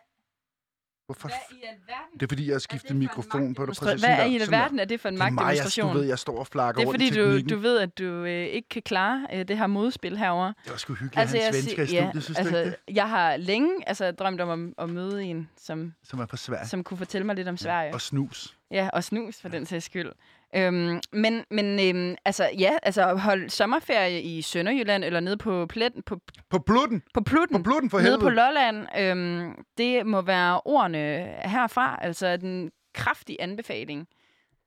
Hvorfor? f-
i alverden?
Det er, fordi jeg har skiftet mikrofon på dig. præcis
Hvad
sådan
er i
der. Sådan der.
alverden? Er det for en
Det er mig, jeg,
magtdemonstration?
du ved, jeg står og flakker
Det er
rundt
fordi,
i
du,
teknikken.
du ved, at du øh, ikke kan klare øh, det her modspil herovre.
Det var sgu hyggeligt altså, at have en svensker i
siger-
studiet, synes altså, du ikke
altså, jeg har længe altså, drømt om at, at møde en, som,
det? Som er fra Sverige.
som kunne fortælle mig lidt om Sverige.
Og snus.
Ja, og snus for den sags skyld. Øhm, men men øhm, altså, ja, altså hold sommerferie i Sønderjylland eller nede på, pletten, på,
På plutten!
på Plutten.
På plutten for
Mm. nede på
helvede!
Lolland. Øhm, det må være ordene herfra. Altså den kraftige anbefaling.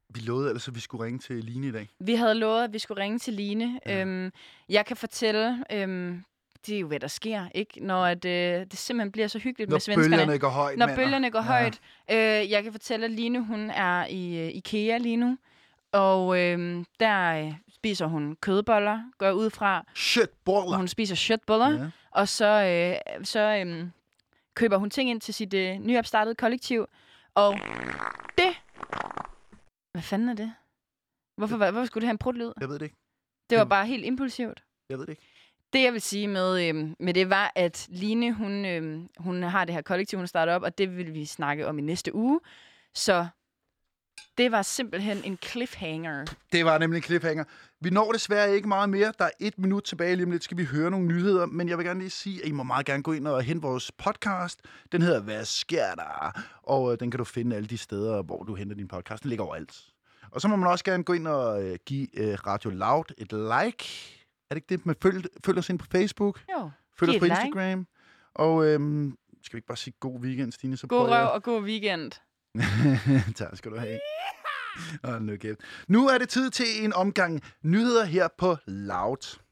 Vi lovede ellers, at vi skulle ringe til Line i dag.
Vi havde lovet, at vi skulle ringe til Line. Ja. Øhm, jeg kan fortælle, øhm, det er jo, hvad der sker, ikke? Når at, øh, det simpelthen bliver så hyggeligt med
Når
svenskerne.
bølgerne går højt,
Når
mand.
bølgerne går
Ja.
ja. højt. Øh, jeg kan fortælle, at Line, hun er i øh, IKEA lige nu. Og øh, der øh, spiser hun kødboller, går jeg ud fra.
Shit, boller!
Hun spiser shitboller.
Ja.
Ja. Og så, øh, så øh, køber hun ting ind til sit øh, nyopstartede kollektiv. Og det... Hvad fanden er det? Hvorfor, hva- hvorfor skulle det have en prutlyd?
Jeg ved det ikke.
Det var bare helt impulsivt.
Jeg ved det ikke.
Det, jeg vil sige med, øhm, med det, var, at Line, hun, øhm, hun har det her kollektiv, hun starter op, og det vil vi snakke om i næste uge. Så det var simpelthen en cliffhanger.
Det var nemlig en cliffhanger. Vi når desværre ikke meget mere. Der er et minut tilbage lige om lidt, skal vi høre nogle nyheder. Men jeg vil gerne lige sige, at I må meget gerne gå ind og hente vores podcast. Den hedder Hvad sker der? Og øh, den kan du finde alle de steder, hvor du henter din podcast. Den ligger overalt. Og så må man også gerne gå ind og øh, give øh, Radio Loud et like. Er det ikke det, man følger, følger os ind på Facebook?
Jo.
Følg os
Giv
på
et like.
Instagram. Og øhm, skal vi ikke bare sige god weekend, Stine? Så
God
prøver
røv og god weekend.
jeg- tak skal du have. Hold nu, kæft. nu er det tid til en omgang nyheder her på Loud.